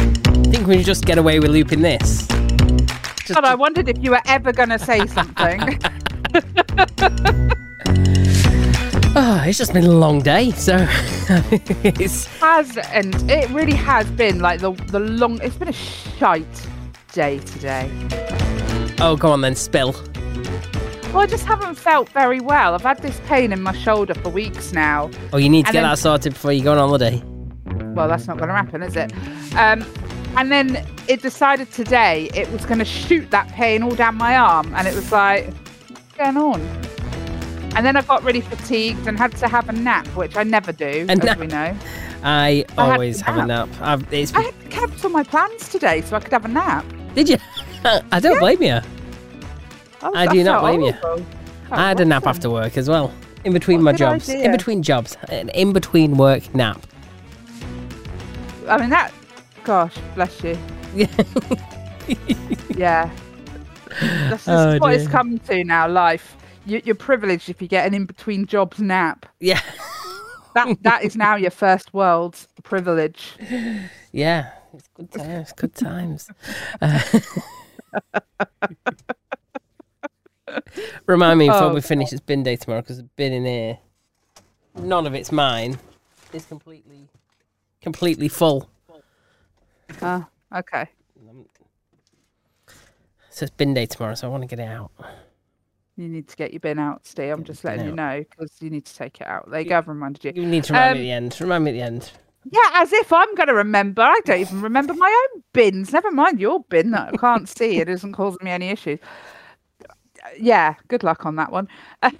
can we just get away with looping this? God, I wondered if you were ever going to say something. Oh, it's just been a long day, so it's has and it really has been like the the long. It's been a shite day today. oh, go on then, spill. Well, I just haven't felt very well. I've had this pain in my shoulder for weeks now. Oh, you need to And get then- that sorted before you go on holiday. Well, that's not going to happen, is it? Um, and then it decided today it was going to shoot that pain all down my arm, and it was like, what's going on? And then I got really fatigued and had to have a nap, which I never A do, as nap. we know. I I had always to have a nap. I've, it's, I had kept on my plans today so I could have a nap. did you? I don't blame you. I, was- I do not felt blame you. horrible. I had a nap after work as well, in between Oh, What my a good jobs, in idea. between jobs, an in between work nap. I mean that. Gosh, bless you. yeah. That's just Oh, what it's dear. come to now. Life. You, you're privileged if you get an in-between jobs nap. yeah, That that is now your first world privilege. yeah. It's good times. Good times. Uh, Remind me before Oh, we finish. It's bin day tomorrow because the bin in here, none of it's mine. It's completely, completely full. Oh, okay. So it's bin day tomorrow. So I want to get it out. You need to get your bin out, Steve. I'm just letting you bin know because you need to take it out. There you go. I've reminded you. You need to remind Um, me at the end. Remind me at the end. Yeah, as if I'm going to remember. I don't even remember my own bins. Never mind your bin that I can't see. It isn't causing me any issues. Yeah, good luck on that one. but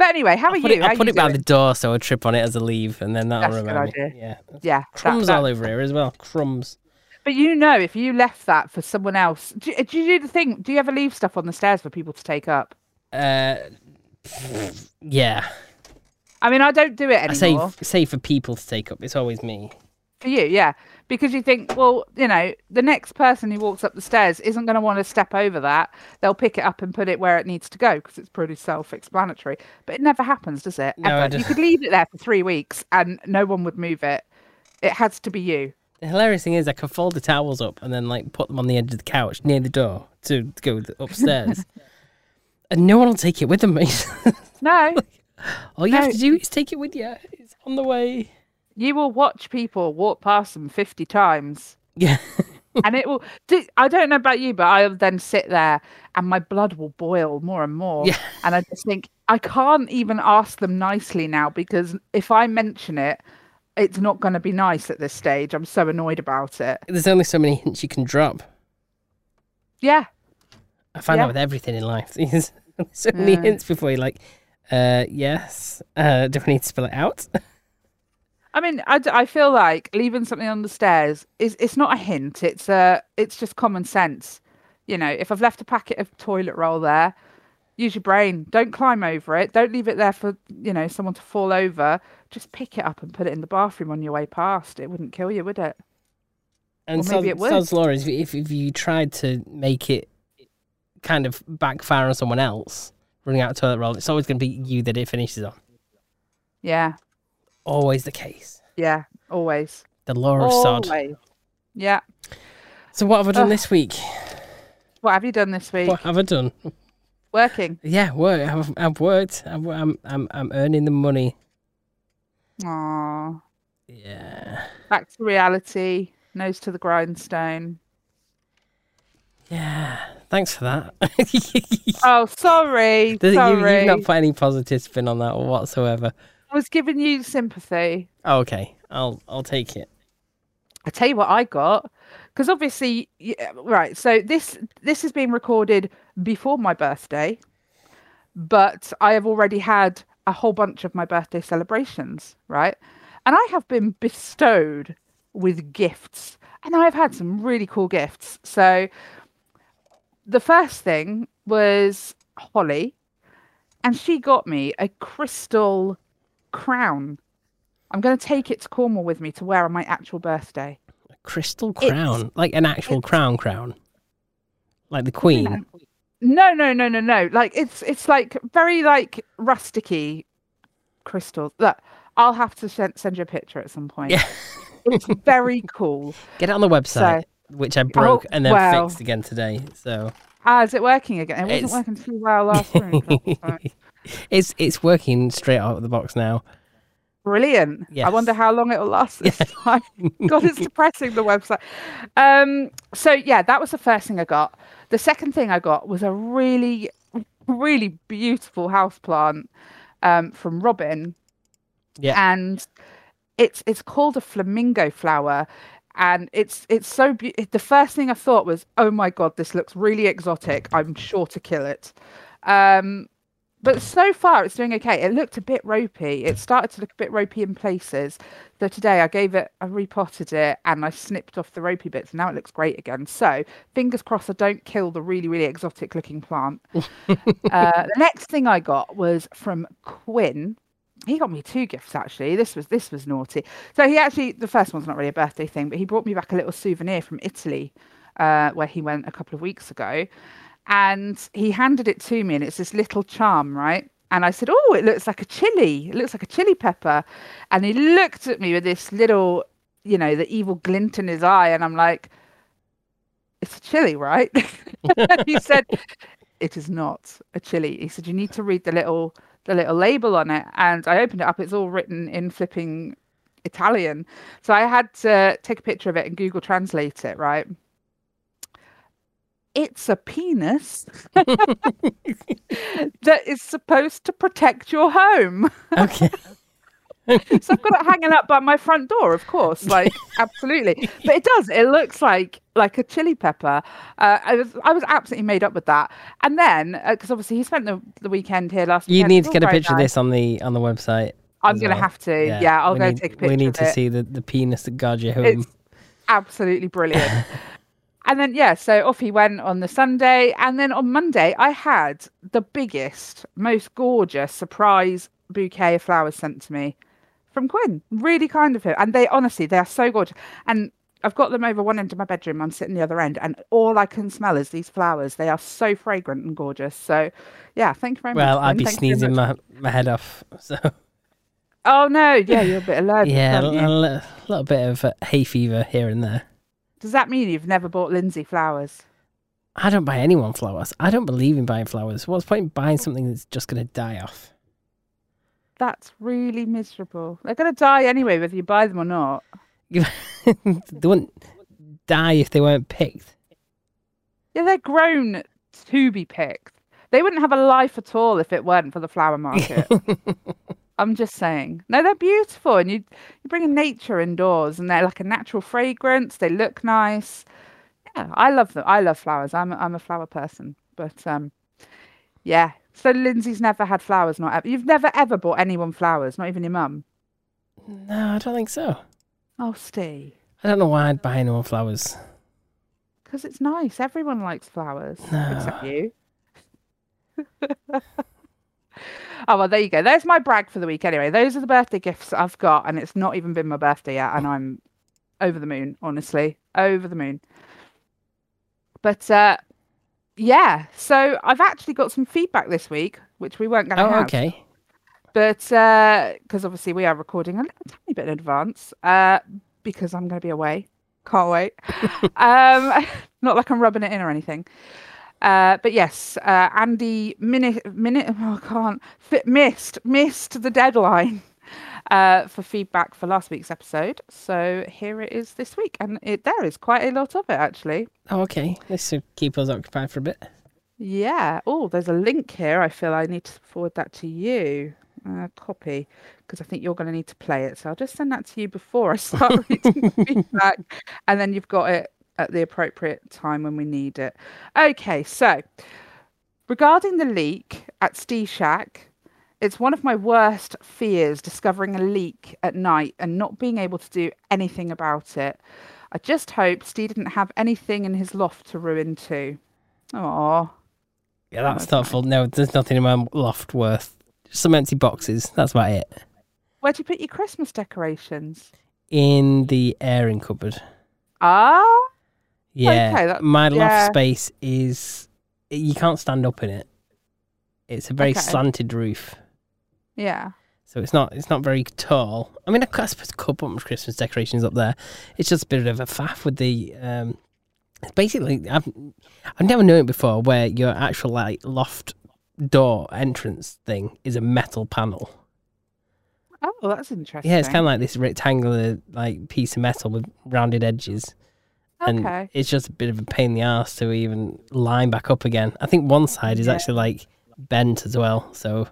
anyway, how are I'll put you? it, How I'll put you it by doing? the door so I trip on it as I leave, and then that'll That's a good remind idea. me. Yeah. Yeah, that- Crumbs that- all over here as well. Crumbs. But you know, if you left that for someone else, do, do you do the thing? Do you ever leave stuff on the stairs for people to take up? Uh, yeah. I mean, I don't do it I say anymore. say for people to take up. It's always me. For you, yeah, because you think, well, you know, the next person who walks up the stairs isn't going to want to step over that. They'll pick it up and put it where it needs to go because it's pretty self-explanatory. But it never happens, does it? No, I Ever. You don't- could leave it there for three weeks and no one would move it. It has to be you. The hilarious thing is, I can fold the towels up and then like put them on the edge of the couch near the door to go th- upstairs, and no one will take it with them. No, all you No. have to do is take it with you. It's on the way. you will watch people walk past them fifty times. Yeah. and it will. Do, I don't know about you, but I'll then sit there and my blood will boil more and more. Yeah. And I just think I can't even ask them nicely now because if I mention it, it's not going to be nice at this stage. I'm so annoyed about it. There's only so many hints you can drop. Yeah. I find Yeah. that with everything in life. There's so many Mm. hints before you're like, uh, yes. Uh, do I need to spell it out? I mean, I, d- I feel like leaving something on the stairs is it's not a hint. It's a it's just common sense. You know, if I've left a packet of toilet roll there, use your brain. Don't climb over it. Don't leave it there for you know someone to fall over. Just pick it up and put it in the bathroom on your way past. It wouldn't kill you, would it? And Or so, maybe it would. so's law is if, if you tried to make it kind of backfire on someone else, running out of toilet roll, it's always going to be you that it finishes on. Yeah, Always the case. yeah, always. The law Oh of sod. Always. Yeah. So what have I done Ugh. this week? What have you done this week? What have I done? Working. Yeah, work. I've, I've worked. I've, I'm I'm I'm earning the money. Aww. Yeah, Back to reality. Nose to the grindstone. yeah. Thanks for that. Oh, sorry. Does it- you, sorry. you've not put any positive spin on that whatsoever. I was giving you sympathy. Oh, okay, I'll I'll take it. I tell you what I got, because obviously, yeah, right. So this this is being recorded before my birthday, but I have already had a whole bunch of my birthday celebrations, right? And I have been bestowed with gifts, and I have had some really cool gifts. So the first thing was Holly, and she got me a crystal crown. I'm going to take it to Cornwall with me to wear on my actual birthday. A crystal It's- crown, like an actual crown crown, like the queen. No, no, no, no, no. Like it's it's like very like rusticy crystals. Look, I'll have to send send you a picture at some point. Yeah. it's very cool. Get it on the website. which I broke oh, and then wow. fixed again today. So Ah, is it working again? It wasn't It's- working too well last week. last time. it's it's working straight out of the box now. Brilliant. I wonder Yes. how long it'll last this time. God, it's depressing the website. Um, so yeah, that was the first thing I got. The second thing I got was a really, really beautiful houseplant um, from Robin. Yeah. And it's it's called a flamingo flower. And it's it's so beautiful. The first thing I thought was, oh my god, this looks really exotic. I'm sure to kill it. Um, but so far it's doing okay. It looked a bit ropey. It started to look a bit ropey in places. So today I gave it, I repotted it, and I snipped off the ropey bits. Now it looks great again. So fingers crossed I don't kill the really, really exotic looking plant. uh, the next thing I got was from Quinn. He got me two gifts actually. This was this was naughty. So he actually the first one's not really a birthday thing, but he brought me back a little souvenir from Italy, uh, where he went a couple of weeks ago and he handed it to me and it's this little charm right and i said oh it looks like a chili it looks like a chili pepper and he looked at me with this little you know the evil glint in his eye and i'm like it's a chili right and he said it is not a chili he said you need to read the little the little label on it and i opened it up it's all written in flipping italian so i had to take a picture of it and google translate it right it's a penis that is supposed to protect your home. Okay. So I've got it hanging up by my front door, of course, like absolutely. But it does. It looks like like a chili pepper. Uh, I was I was absolutely made up with that. And then because obviously he spent the, the weekend here last. You weekend, need it's to all get a very picture of nice. this on the on the website. I'm as gonna well. have to. Yeah, I'll we go need, take a picture. We need of to it. see the, the penis that guards your home. It's absolutely brilliant. and then yeah, so off he went on the Sunday, and then on Monday I had the biggest, most gorgeous surprise bouquet of flowers sent to me from Quinn. Really kind of him, and they honestly they are so gorgeous. And I've got them over one end of my bedroom. I'm sitting the other end, and all I can smell is these flowers. They are so fragrant and gorgeous. So yeah, thank you very much. well, I'd be Quinn. Thank you very sneezing much. my, my head off. So Oh no, yeah, you're a bit allergic. yeah, a, aren't you? a li- little bit of uh, hay fever here and there. Does that mean you've never bought Lindsay flowers? I don't buy anyone flowers. I don't believe in buying flowers. What's the point in buying something that's just going to die off? That's really miserable. They're going to die anyway, whether you buy them or not. they wouldn't die if they weren't picked. Yeah, they're grown to be picked. They wouldn't have a life at all if it weren't for the flower market. I'm just saying. No, they're beautiful, and you you bring in nature indoors, and they're like a natural fragrance. They look nice. Yeah, I love them. I love flowers. I'm a- I'm a flower person, but um, yeah. So Lindsay's never had flowers, not ever. You've never ever bought anyone flowers, not even your mum. No, I don't think so. Oh, Steve, I don't know why I'd buy anyone flowers. because it's nice. Everyone likes flowers. No. except you. oh well, there you go. There's my brag for the week. Anyway, those are the birthday gifts I've got, and it's not even been my birthday yet, and I'm over the moon. Honestly, over the moon. But uh, yeah, so I've actually got some feedback this week, which we weren't going to Oh, have okay. but because obviously we are recording a little tiny bit in advance uh, because I'm going to be away. Can't wait. um, not like I'm rubbing it in or anything. Uh, but yes, uh, Andy minute minute oh, I can't fit missed missed the deadline uh, for feedback for last week's episode. So here it is this week, and it there is quite a lot of it actually. Oh, okay. This should keep us occupied for a bit. Yeah. Oh, there's a link here. I feel I need to forward that to you. Uh, copy, because I think you're going to need to play it. So I'll just send that to you before I start reading the feedback, and then you've got it at the appropriate time when we need it. Okay. So regarding the leak at Stee Shack, it's one of my worst fears discovering a leak at night and not being able to do anything about it. I just hope Stee didn't have anything in his loft to ruin too. Aww. Yeah, that's thoughtful. No, there's nothing in my loft worth. Just some empty boxes. That's about it. Where do you put your Christmas decorations? In the airing cupboard. Ah, Yeah. Okay, that- my yeah. loft space is. You can't stand up in it. It's a very Okay. slanted roof. yeah. So it's not it's not very tall. I mean, I could- I suppose I could put my Christmas decorations up there. It's just a bit of a faff with the um, It's basically I've I've never known it before where your actual like loft door entrance thing is a metal panel. Oh, that's interesting. Yeah, it's kind of like this rectangular like piece of metal with rounded edges. And Okay. it's just a bit of a pain in the ass to even line back up again. I think one side is Yeah. actually like bent as well, so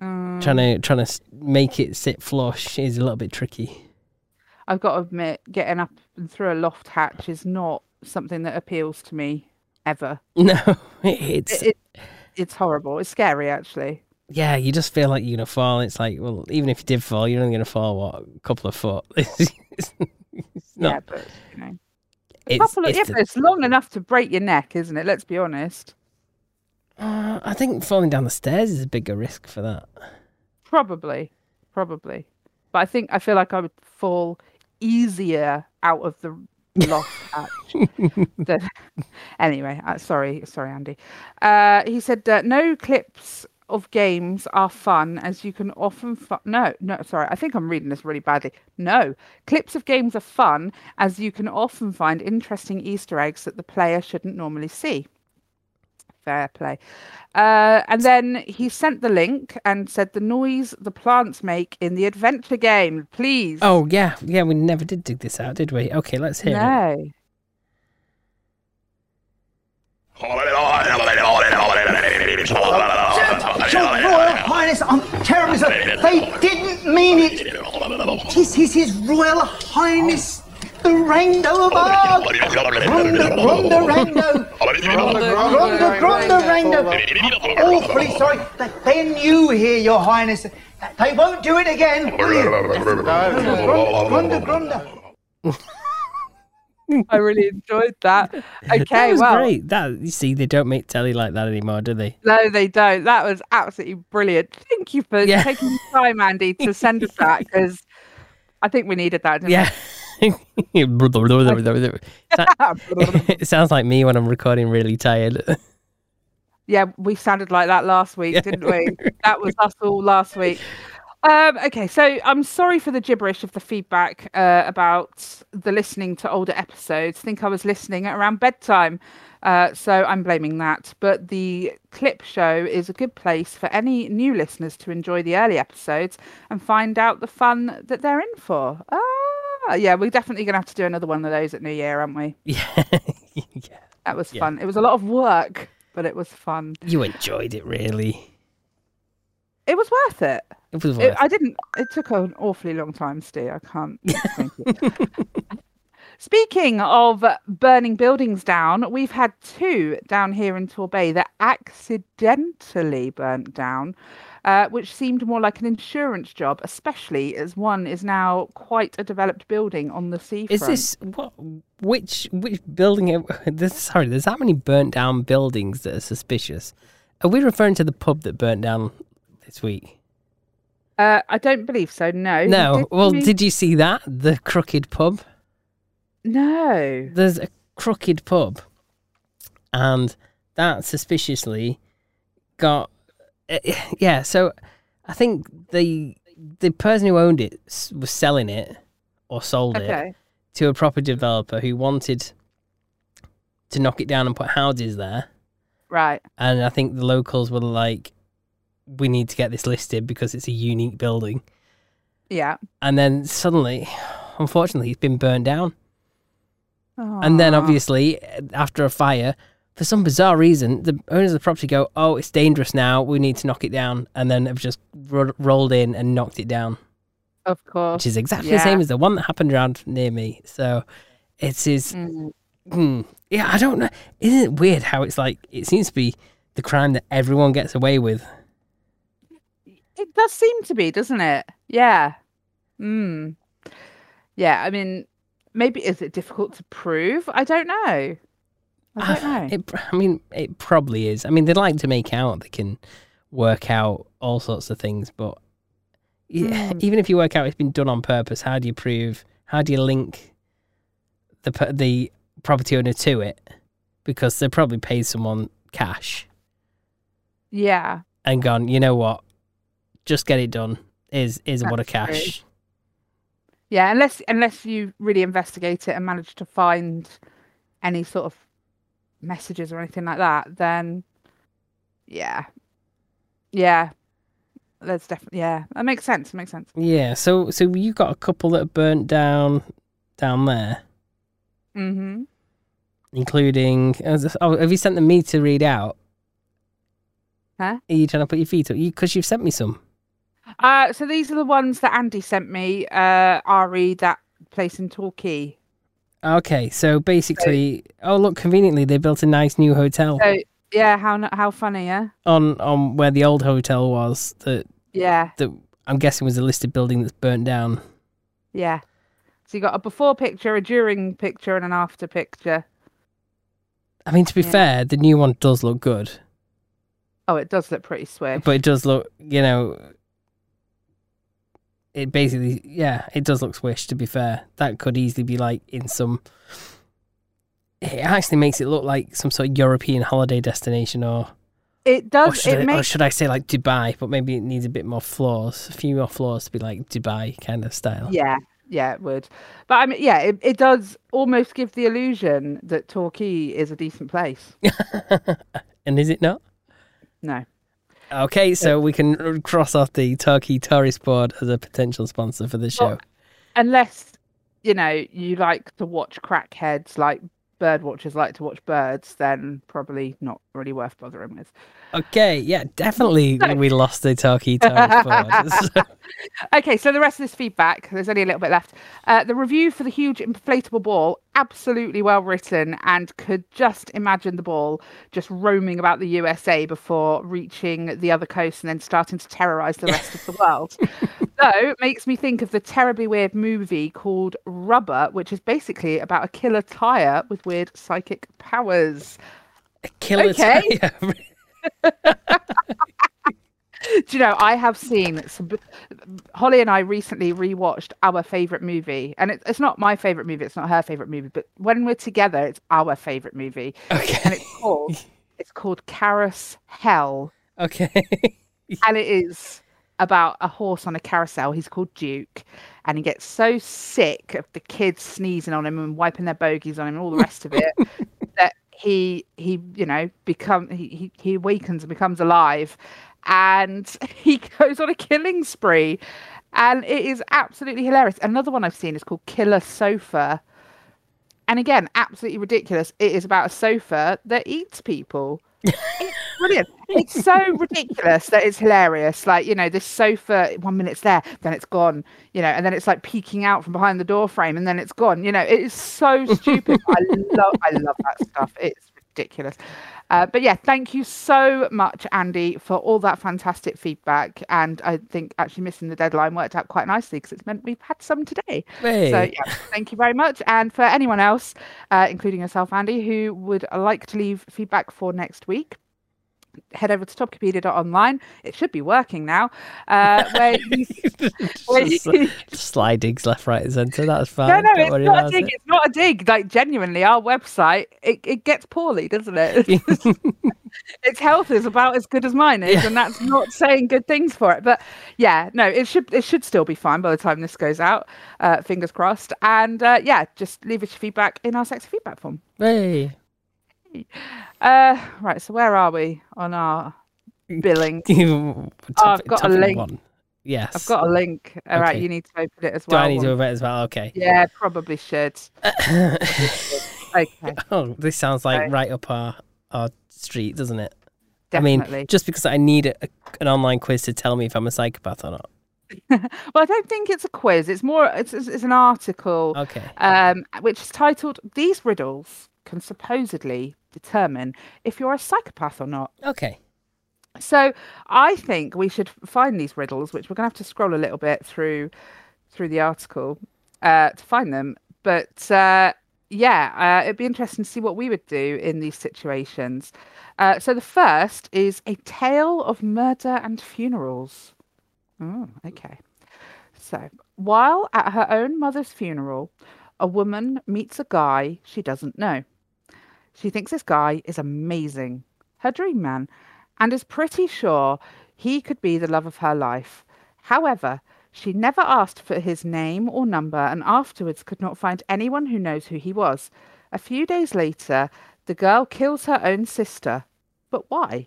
Mm. trying to trying to s- make it sit flush is a little bit tricky. I've got to admit, getting up and through a loft hatch is not something that appeals to me ever. No, it's It, it, it's horrible. It's scary, actually. yeah, you just feel like you're gonna fall. It's like well, even if you did fall, you're only gonna fall what a couple of foot. it's not. Yeah, but you know, a it's, couple of, it's yeah, the- but it's long enough to break your neck, isn't it? Let's be honest. Uh, I think falling down the stairs is a bigger risk for that. Probably, probably. But I think I feel like I would fall easier out of the loft hatch. than- Anyway, uh, sorry, sorry, Andy. Uh, he said uh, no clips of games are fun as you can often fi- no no sorry i think i'm reading this really badly no clips of games are fun as you can often find interesting easter eggs that the player shouldn't normally see Fair play. Uh, and then he sent the link and said the noise the plants make in the adventure game, please. Oh yeah, yeah. We never did dig this out, did we? Okay, let's hear it. no. Your Royal Highness, I'm terribly sorry. They didn't mean it. This is His Royal Highness, the Rango of Arg. Rondo, Rondo, Rango. Rondo, Rondo, Rango. Awfully sorry. They- They're new here, Your Highness. They won't do it again. will you? Rondo, Rondo, Rondo. I really enjoyed that. Okay, that was well, great. That you see, they don't make telly like that anymore, do they? no, they don't. That was absolutely brilliant. Thank you for Yeah. taking the time, Andy, to send us that because I think we needed that. Didn't Yeah. it We? sounds like me when I'm recording really tired. yeah, we sounded like that last week, didn't we? that was us all last week. Um, okay, so I'm sorry for the gibberish of the feedback uh, about the listening to older episodes. think I was listening at around bedtime, uh, so I'm blaming that. But the clip show is a good place for any new listeners to enjoy the early episodes and find out the fun that they're in for. Ah, yeah, we're definitely going to have to do another one of those at New Year, aren't we? yeah. yeah. That was Yeah. fun. It was a lot of work, but it was fun. You enjoyed it, really. It was worth it. It was It, worth I didn't. It took an awfully long time, Stu. I can't. explain to you. Speaking of burning buildings down, we've had two down here in Torbay that accidentally burnt down, uh, which seemed more like an insurance job, especially as one is now quite a developed building on the seafront. Is this what? Which which building? This, sorry, there's that many burnt down buildings that are suspicious. Are we referring to the pub that burnt down this week? Uh, I don't believe so. No. No. Did well, you- did you see that? The crooked pub. no. There's a crooked pub, and that suspiciously got. eh, eh, yeah. So, I think the the person who owned it s- was selling it or sold it. Okay. to a property developer who wanted to knock it down and put houses there. Right. And I think the locals were like, we need to get this listed because it's a unique building. Yeah. And then suddenly, unfortunately, it's been burned down. And then, Aw. obviously, eh, after a fire, for some bizarre reason, the owners of the property go, oh, it's dangerous now. We need to knock it down. And then have just ro- rolled in and knocked it down. of course. which is exactly the Yeah. same as the one that happened around near me. So it is. Mm. Hmm. yeah, I don't know. Isn't it weird how it's like? It seems to be the crime that everyone gets away with. It does seem to be, doesn't it? Yeah. Mm. Yeah, I mean, maybe is it difficult to prove? I don't know. I don't know. It, pr- I mean, it probably is. I mean, they'd like to make out they can work out all sorts of things, but yeah, Hmm. even if you work out it's been done on purpose, how do you prove? How do you link the per- the property owner to it? Because they probably paid someone cash. yeah. and gone, you know what? Just get it done. Is is a wad of That's true. cash. Yeah, unless unless you really investigate it and manage to find any sort of messages or anything like that, then yeah, yeah, that's definitely yeah, that makes sense. It makes sense. Yeah. So so you got a couple that are burnt down down there, Mm-hmm. including. Oh, have you sent them me to read out? Huh? Are you trying to put your feet up? Because you, have sent me some. Uh, so these are the ones that Andy sent me. Uh, Re that place in Torquay. Okay. So basically, oh look, conveniently they built a nice new hotel So yeah, how n- how funny, yeah, on on where the old hotel was. That yeah, that I'm guessing was a listed building that's burnt down. yeah. So you got a before picture, a during picture, and an after picture. I mean, to be Yeah. fair, the new one does look good, Oh, it does look pretty swish. but it does look, you know, it basically, yeah, it does look swish. To be fair, that could easily be like in some. It actually makes it look like some sort of European holiday destination, or It or does. Oh, should, It I, or makes should I say like Dubai? But maybe it needs a bit more floors, a few more floors to be like Dubai kind of style. Yeah, yeah, it would. But I mean, yeah, it, it does almost give the illusion that Torquay is a decent place. and is it not? No. Okay, so we can r- cross off the Turkey Tourist Board as a potential sponsor for the show. Well, Unless, you know, you like to watch crackheads like bird watchers like to watch birds, then probably not really worth bothering with. Okay, yeah, definitely we lost the Turkey Tourist Board. So- Okay, so the rest of this feedback, there's only a little bit left. Uh, the review for the huge inflatable ball, absolutely well written, and could just imagine the ball just roaming about the USA before reaching the other coast and then starting to terrorize the rest of the world. so it makes me think of the terribly weird movie called Rubber, which is basically about a killer tire with weird psychic powers. Killer Okay. tire. Do you know, I have seen some. Holly and I recently rewatched our favorite movie, and it, it's not my favorite movie. It's not her favorite movie, but when we're together, it's our favorite movie, and okay. it's called it's called Carousel, Hell, Okay. and it is about a horse on a carousel. He's called Duke, and he gets so sick of the kids sneezing on him and wiping their bogies on him and all the rest of it that he he you know become he he, he awakens and becomes alive, and he goes on a killing spree, and it is absolutely hilarious. Another one I've seen is called Killer Sofa. And again, absolutely ridiculous. It is about a sofa that eats people. It's brilliant. It's so ridiculous that it's hilarious. Like, you know, this sofa, one minute it's there, then it's gone, you know, and then it's like peeking out from behind the door frame and then it's gone. You know, it is so stupid. I love I love that stuff. It's ridiculous. Uh, but yeah, thank you so much, Andy, for all that fantastic feedback. And I think actually missing the deadline worked out quite nicely because it's meant we've had some today. So Hey. yeah, thank you very much. And for anyone else, uh, including yourself, Andy, who would like to leave feedback for next week, head over to topcopedia.online. It should be working now. Uh, where you... Just slidings left, right, and centre. That's fine. No, no, Don't it's worry not a about dig. It's not a dig. Like genuinely, our website it, it gets poorly, doesn't it? it. its health is about as good as mine is, Yeah. and that's not saying good things for it. But yeah, no, it should it should still be fine by the time this goes out. Uh, fingers crossed. And uh, yeah, just leave us your feedback in our sexy feedback form. hey. Uh, right, so where are we on our Mm. billing? You- topic- Oh, got a topic link. One. Yes. I've got a link. All right, Okay. you need to open it as Do well. I need to One- do it as well? Okay. Yeah, probably should. Okay, oh, this sounds like Right. right up our, our street, doesn't it? I definitely. mean, just because I need a, a, an online quiz to tell me if I'm a psychopath or not. well, I don't think it's a quiz. It's more. It's it's, it's an article. Okay. um, which is titled These Riddles Can Supposedly Determine If You're a Psychopath or Not. Okay. So I think we should find these riddles, which we're going to have to scroll a little bit through through the article uh, to find them. But uh, yeah, uh, it'd be interesting to see what we would do in these situations. Uh, so the first is a tale of murder and funerals. Oh, okay. So while at her own mother's funeral, a woman meets a guy she doesn't know. She thinks this guy is amazing, her dream man, and is pretty sure he could be the love of her life. However, she never asked for his name or number and afterwards could not find anyone who knows who he was. A few days later, the girl kills her own sister. But why?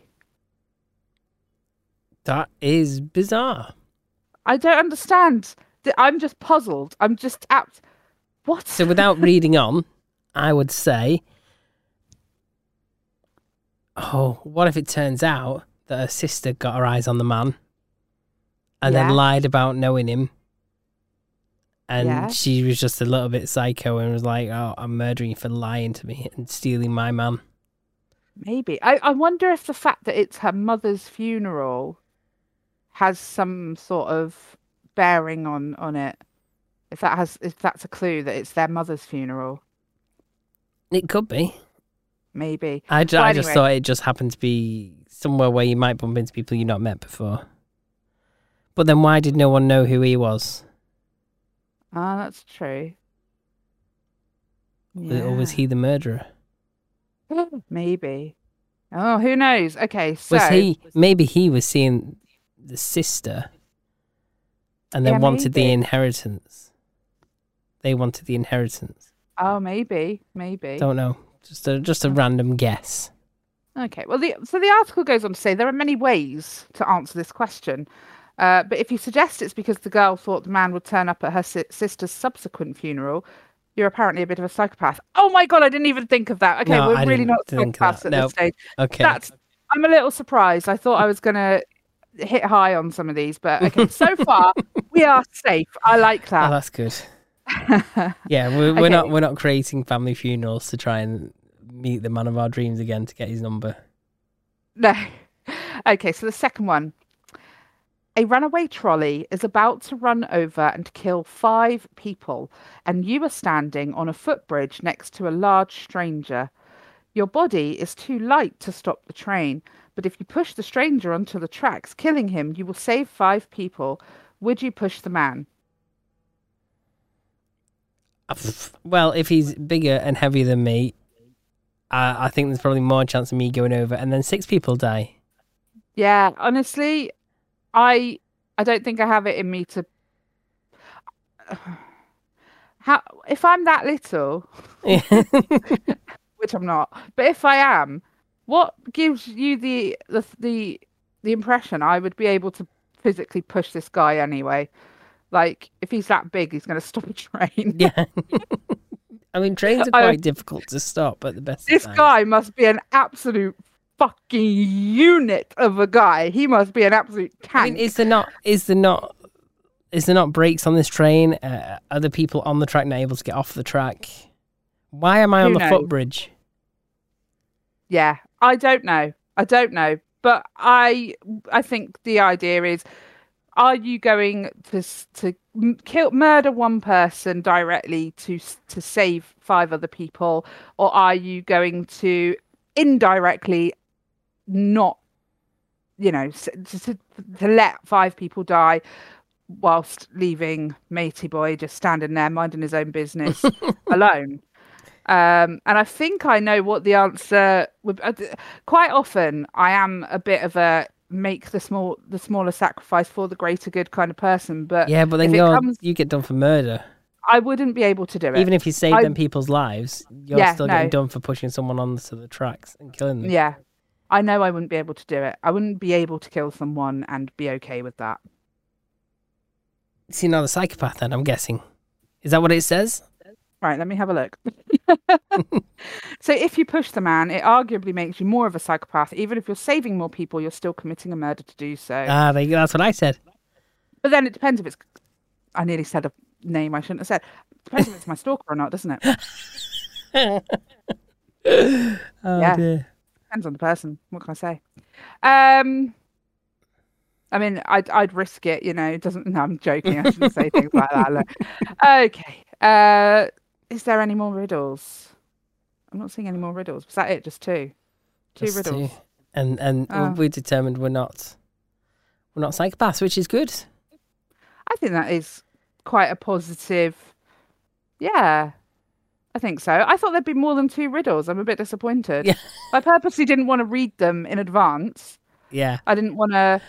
That is bizarre. I don't understand. Th- I'm just puzzled. I'm just apt. What? So without reading on, I would say, oh, what if it turns out that her sister got her eyes on the man and Yeah. then lied about knowing him? And Yeah. she was just a little bit psycho and was like, oh, I'm murdering you for lying to me and stealing my man. Maybe. I, I wonder if the fact that it's her mother's funeral has some sort of bearing on on it. If that has if that's a clue that it's their mother's funeral, It could be. maybe. I, ju- Well, I just anyway. thought it just happened to be somewhere where you might bump into people you've not met before. But then why did no one know who he was? Ah, that's true. Or was he the murderer? Yeah, Maybe. Oh, who knows? Okay, so Was he? Maybe he was seeing the sister, and then Yeah, wanted the maybe. inheritance. They wanted the inheritance. Oh, maybe, maybe. Don't know. Just a just a random guess. Okay, well, the, so the article goes on to say there are many ways to answer this question, uh, but if you suggest it's because the girl thought the man would turn up at her si- sister's subsequent funeral, you're apparently a bit of a psychopath. Oh my god, I didn't even think of that. Okay, No, we're I really didn't not think of psychopaths that. at No. this stage. Okay. That's I'm a little surprised. I thought I was gonna hit high on some of these, but okay, so far we are safe. I like oh, that. that's good. yeah, we're, we're not Okay. we're not creating family funerals to try and meet the man of our dreams again to get his number. No. Okay, so the second one. A runaway trolley is about to run over and kill five people, and you are standing on a footbridge next to a large stranger. Your body is too light to stop the train, but if you push the stranger onto the tracks, killing him, you will save five people. Would you push the man? Uh, pff, Well, if he's bigger and heavier than me, I, I think there's probably more chance of me going over, and then six people die. Yeah, honestly, I I don't think I have it in me to. How if I'm that little, which I'm not, but if I am, what gives you the the the, the impression I would be able to physically push this guy anyway? Like if he's that big, he's going to stop a train. Yeah. I mean, trains are I- quite difficult to stop at the best. of Oh. This times. guy must be an absolute fucking unit of a guy. He must be an absolute I mean, tank. is there not? Is there not? Is there not brakes on this train? Uh, are the people on the track not able to get off the track? Why am I on Who the knows? footbridge? yeah i don't know i don't know but i i think the idea is are you going to s- to m- kill murder one person directly to s- to save five other people or are you going to indirectly not you know s- to, to, to let five people die whilst leaving matey boy just standing there minding his own business alone um, and I think I know what the answer would. uh, th- Quite often, I am a bit of a make the small the smaller sacrifice for the greater good kind of person, but Yeah, but then if it you're, comes- you get done for murder. I wouldn't be able to do it. Even if you save I- them people's lives, you're Yeah, still getting no. done for pushing someone onto the tracks and killing them. yeah, I know I wouldn't be able to do it. I wouldn't be able to kill someone and be okay with that. It's another psychopath, then I'm guessing. Is that what it says? Right, let me have a look. so, if you push the man, it arguably makes you more of a psychopath. Even if you're saving more people, you're still committing a murder to do so. Ah, they, that's what I said. But then it depends if it's. I nearly said a name I shouldn't have said. Depends if it's my stalker or not, doesn't it? Oh Yeah. dear. Depends on the person. What can I say? Um, I mean, I'd I'd risk it. You know, it doesn't. No, I'm joking. I shouldn't say things like that. look. Okay. Uh, is there any more riddles? I'm not seeing any more riddles. Was that it? Just two. Two Just two. riddles. And and Ah. we determined we're not we're not psychopaths, which is good. I think that is quite a positive. Yeah, I think so. I thought there'd be more than two riddles. I'm a bit disappointed. Yeah. I purposely didn't want to read them in advance. Yeah. I didn't want to,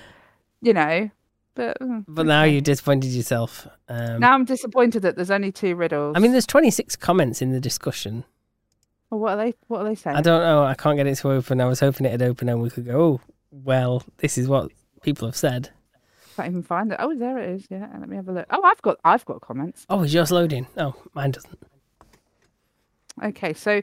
you know. But mm, But now you disappointed yourself. Um, now I'm disappointed that there's only two riddles. I mean, there's 26 comments in the discussion. Well, what are they? What are they saying? I don't know. I can't get it to open. I was hoping it'd open and we could go, oh, well, this is what people have said. Can't even find it. Oh, there it is. Yeah, let me have a look. Oh, I've got I've got comments. Oh, is yours loading? Oh, mine doesn't. Okay, so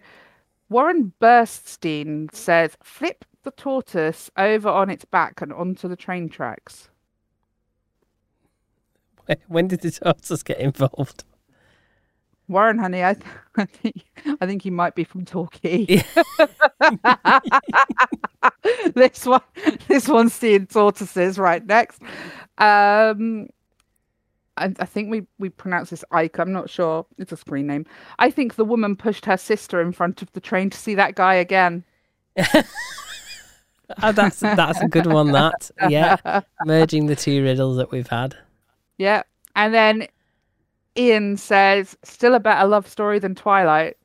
Warren Burstein says, "Flip the tortoise over on its back and onto the train tracks." When did the tortoise get involved? Warren, honey, I, th- I think I think you might be from Torquay. this one, this one's seeing tortoises. Right next, um, I, I think we we pronounce this Ike. I'm not sure. It's a screen name. I think the woman pushed her sister in front of the train to see that guy again. Oh, that's that's a good one. That yeah, merging the two riddles that we've had. Yeah, and then Ian says, "Still a better love story than Twilight."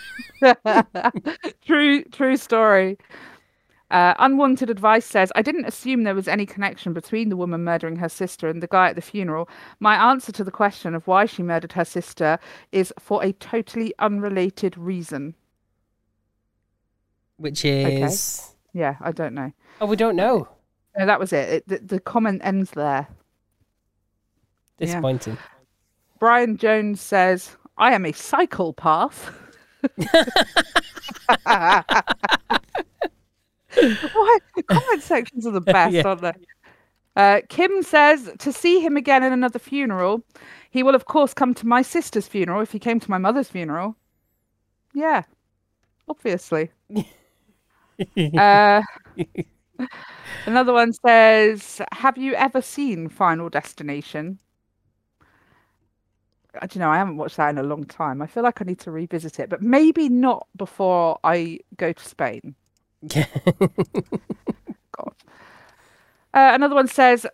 true, true story. Uh, Unwanted advice says, "I didn't assume there was any connection between the woman murdering her sister and the guy at the funeral. My answer to the question of why she murdered her sister is for a totally unrelated reason." which is Yeah, I don't know. oh we don't know No, that was it. it the, the comment ends there. disappointing Brian Jones says, I am a psychopath. what? Comment sections are the best, Yeah. aren't they? Uh, Kim says, to see him again in another funeral. He will, of course, come to my sister's funeral if he came to my mother's funeral. Yeah, obviously. uh, another one says, Have you ever seen Final Destination? I don't know. I haven't watched that in a long time. I feel like I need to revisit it, but maybe not before I go to Spain. God. Uh, another one says,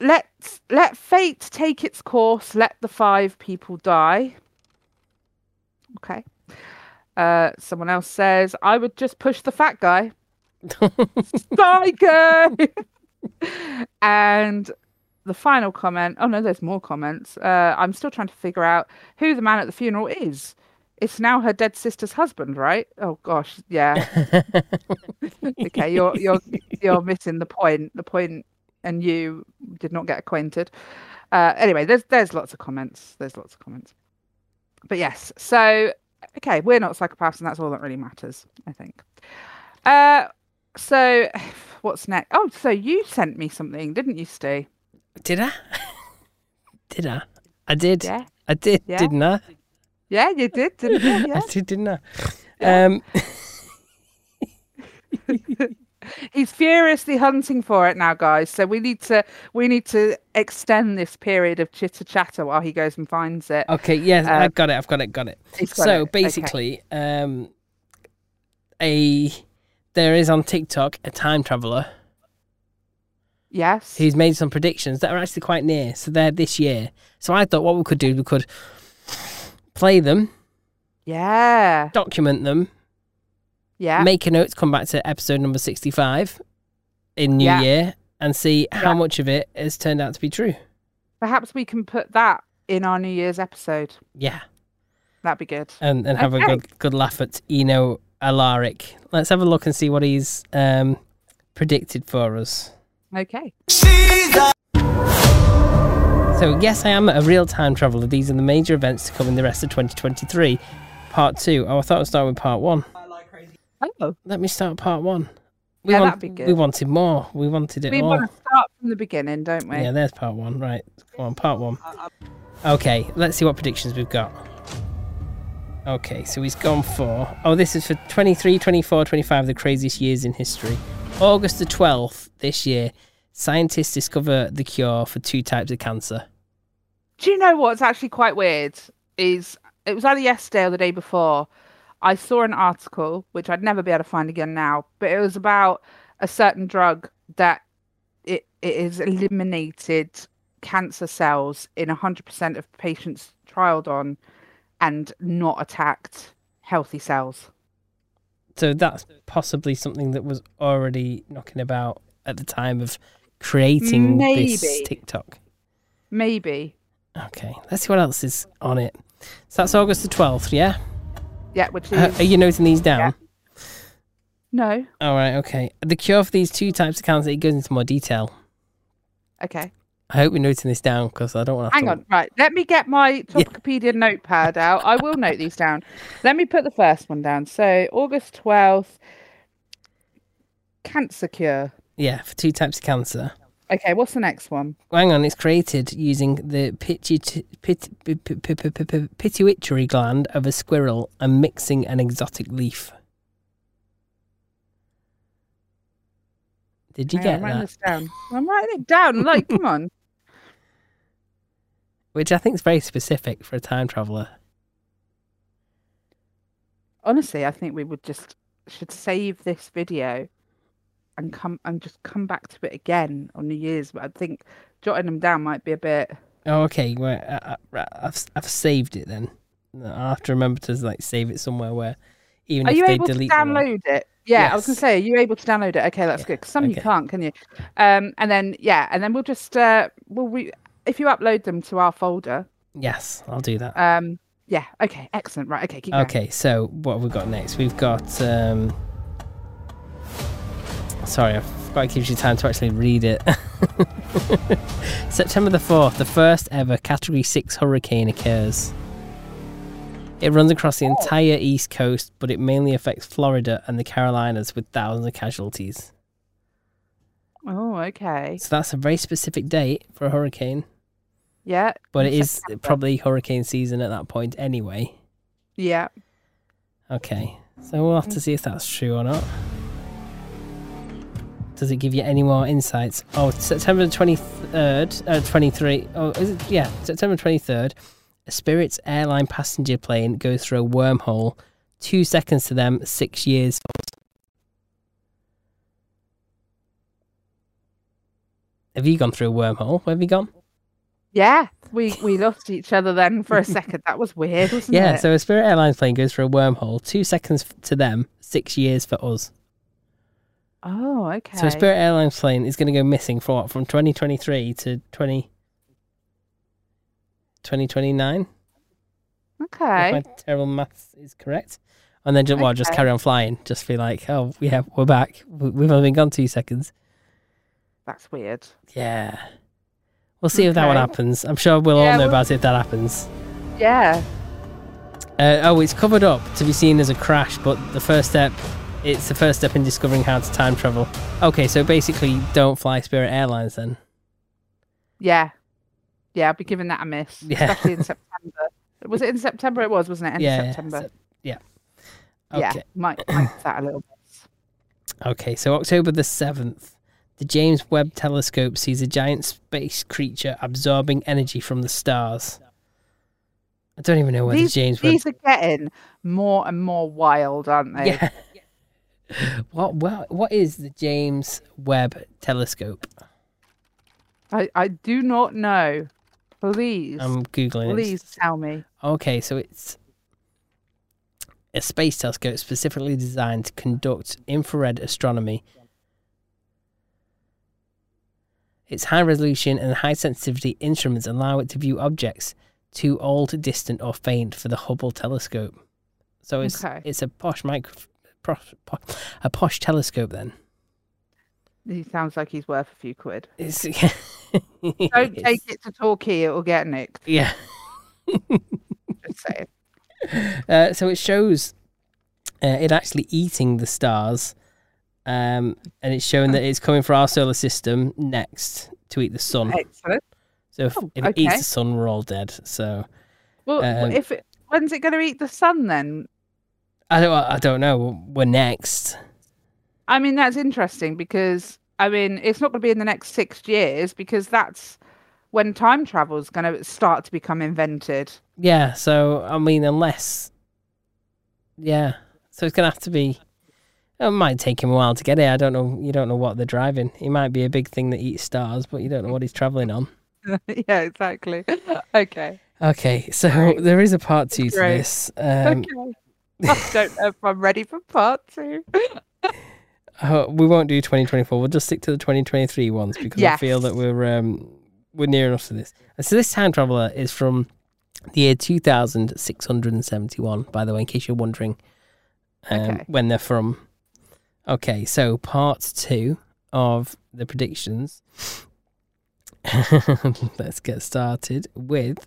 "Let let fate take its course. Let the five people die." Okay. Uh, someone else says, "I would just push the fat guy." Psycho. and the final comment. Oh no, there's more comments. Uh, I'm still trying to figure out who the man at the funeral is. It's now her dead sister's husband, right? Oh gosh, yeah okay, you're you're you're missing the point. The point, and you did not get acquainted. Uh, anyway, there's there's lots of comments. There's lots of comments. But yes, so okay, we're not psychopaths, and that's all that really matters, I think. Uh, so what's next? Oh, so you sent me something, didn't you, Stu? did i did i i did Yeah, i did Yeah. didn't i yeah, you did, didn't i you? Yeah. did didn't i um He's furiously hunting for it now, guys. So we need to we need to extend this period of chitter chatter while he goes and finds it. okay yes Uh, i've got it i've got it got it He's got so it. Okay. basically um a there is on tiktok a time traveler Yes. who's made some predictions that are actually quite near. So they're this year. So I thought what we could do, we could play them, Yeah. document them, Yeah. make a note, come back to episode number 65 in New Yeah. Year and see Yeah. how much of it has turned out to be true. Perhaps we can put that in our New Year's episode. Yeah. That'd be good. And, and have Okay. a good, good laugh at Eno Alaric. Let's have a look and see what he's um, predicted for us. Okay. So, yes, I am a real time traveller. These are the major events to come in the rest of 2023. Part two. Oh, I thought I'd start with part one. Oh, Let me start part one. We Yeah, want- that'd be good. We wanted more. We wanted it we all. want to start from the beginning, don't we? Yeah, there's part one. Right, come on, part one. Okay, let's see what predictions we've got. Okay, so he's gone for. Oh, this is for 23, 24, 25, the craziest years in history. August the 12th this year, scientists discover the cure for two types of cancer. Do you know what's actually quite weird? Is it was either yesterday or the day before. I saw an article which I'd never be able to find again now, but it was about a certain drug that it it has eliminated cancer cells in hundred percent of patients trialed on, and not attacked healthy cells. So that's possibly something that was already knocking about at the time of creating this Maybe. TikTok. Maybe Okay, let's see what else is on it. So that's August the 12th, yeah? Yeah, which Uh, is are you noting these down? Yeah. no. All right, okay. The cure for these two types of cancer, it goes into more detail. Okay. I hope we're noting this down because I don't want to. Hang on. Right. Let me get my Topicopedia notepad out. I will note these down. Let me put the first one down. So August 12th, cancer cure. Yeah, for two types of cancer. Okay, what's the next one? Hang on, it's created using the pitu- pit- pi- pi- pi- pi- pi- pi- pituitary gland of a squirrel and mixing an exotic leaf. Did you Hang on, get I'm writing that? this down. I'm writing it down. Like, come on. Which I think is very specific for a time traveler. Honestly, I think we would just should save this video and come and just come back to it again on New Year's. But I think jotting them down might be a bit. Oh, okay. Well, I, I, I've s- I've saved it then. Uh, I have to remember to like save it somewhere where, even Are if you they able to delete them all- download it? Yeah, I was gonna Yes. say, are you able to download it? Okay, that's Yeah, good. 'cause some okay. you can't, can you? Um, and then yeah, and then we'll just uh, will we if you upload them to our folder. Yes, I'll do that. Um, yeah. Okay. Excellent. Right. Okay. Keep going. Okay, so what have we got next? We've got. Um... Sorry, I forgot it gives you time to actually read it. September the 4th, the first ever Category 6 hurricane occurs. It runs across the Oh. entire East Coast, but it mainly affects Florida and the Carolinas with thousands of casualties. Oh, okay. So that's a very specific date for a hurricane, Yeah. but in it is September. probably hurricane season at that point anyway. Yeah. Okay, so we'll have to see if that's true or not. Does it give you any more insights? Oh, September 23rd, uh, 23, oh, is it? Yeah, September 23rd, a Spirit's airline passenger plane goes through a wormhole. Two seconds to them, six years. Have you gone through a wormhole? Where have you gone? Yeah. We we lost each other then for a second. That was weird, wasn't Yeah, it? so a Spirit Airlines plane goes through a wormhole. Two seconds f- to them, six years for us. Oh, okay. So a Spirit Airlines plane is going to go missing for what, from 2023 to 20... 2029? If my Okay. terrible maths is correct. And then just, well, just Okay. carry on flying. Just be like, oh, yeah, we're back. We- We've only been gone two seconds. That's weird. Yeah. We'll see if that one Okay. happens. I'm sure we'll all Yeah, know we'll- about it if that happens. Yeah. Uh, oh, it's covered up to be seen as a crash, but the first step, it's the first step in discovering how to time travel. Okay, so basically, don't fly Spirit Airlines then. Yeah. Yeah, I'll be giving that a miss. Yeah. Especially in September. Was it in September? It was, wasn't it? End Yeah, of yeah, September. Okay. Yeah. Might might give that a little miss. Okay, so October the 7th, the James Webb telescope sees a giant space creature absorbing energy from the stars. I don't even know where These, the James Webb. these are getting more and more wild, aren't they? Yeah. what, what, what is the James Webb telescope? I, I do not know. Please. I'm Googling please it. tell me. Okay, so it's a space telescope specifically designed to conduct infrared astronomy. Its high resolution and high sensitivity instruments allow it to view objects too old, distant, or faint for the Hubble telescope. So it's Okay. it's a posh micro, posh, posh, a posh telescope. Then He sounds like he's worth a few quid. it's Don't it's- take it to Torquay, it'll get nicked. Yeah. Just saying. Uh, so it shows uh, it actually eating the stars, um, and it's showing that it's coming for our solar system next to eat the sun. Excellent. So if, Oh, if it eats okay. the sun, we're all dead. So Well, Um, if it, when's it going to eat the sun then? I don't, I don't know. We're next. I mean, that's interesting because I mean, it's not going to be in the next six years because that's when time travel's going to start to become invented. Yeah. So I mean, unless, yeah. So it's gonna have to be. It might take him a while to get here. I don't know. You don't know what they're driving. It might be a big thing that eats stars, but you don't know what he's traveling on. yeah, exactly. okay. Okay, so there is a part two to Great. this. Um, okay. I don't know if I'm ready for part two. Uh, we won't do 2024. We'll just stick to the 2023 ones because I feel Yes. that we're um, we're near enough to this. And so this time traveler is from the year 2671, by the way, in case you're wondering um, Okay. when they're from. Okay, so part two of the predictions. Let's get started with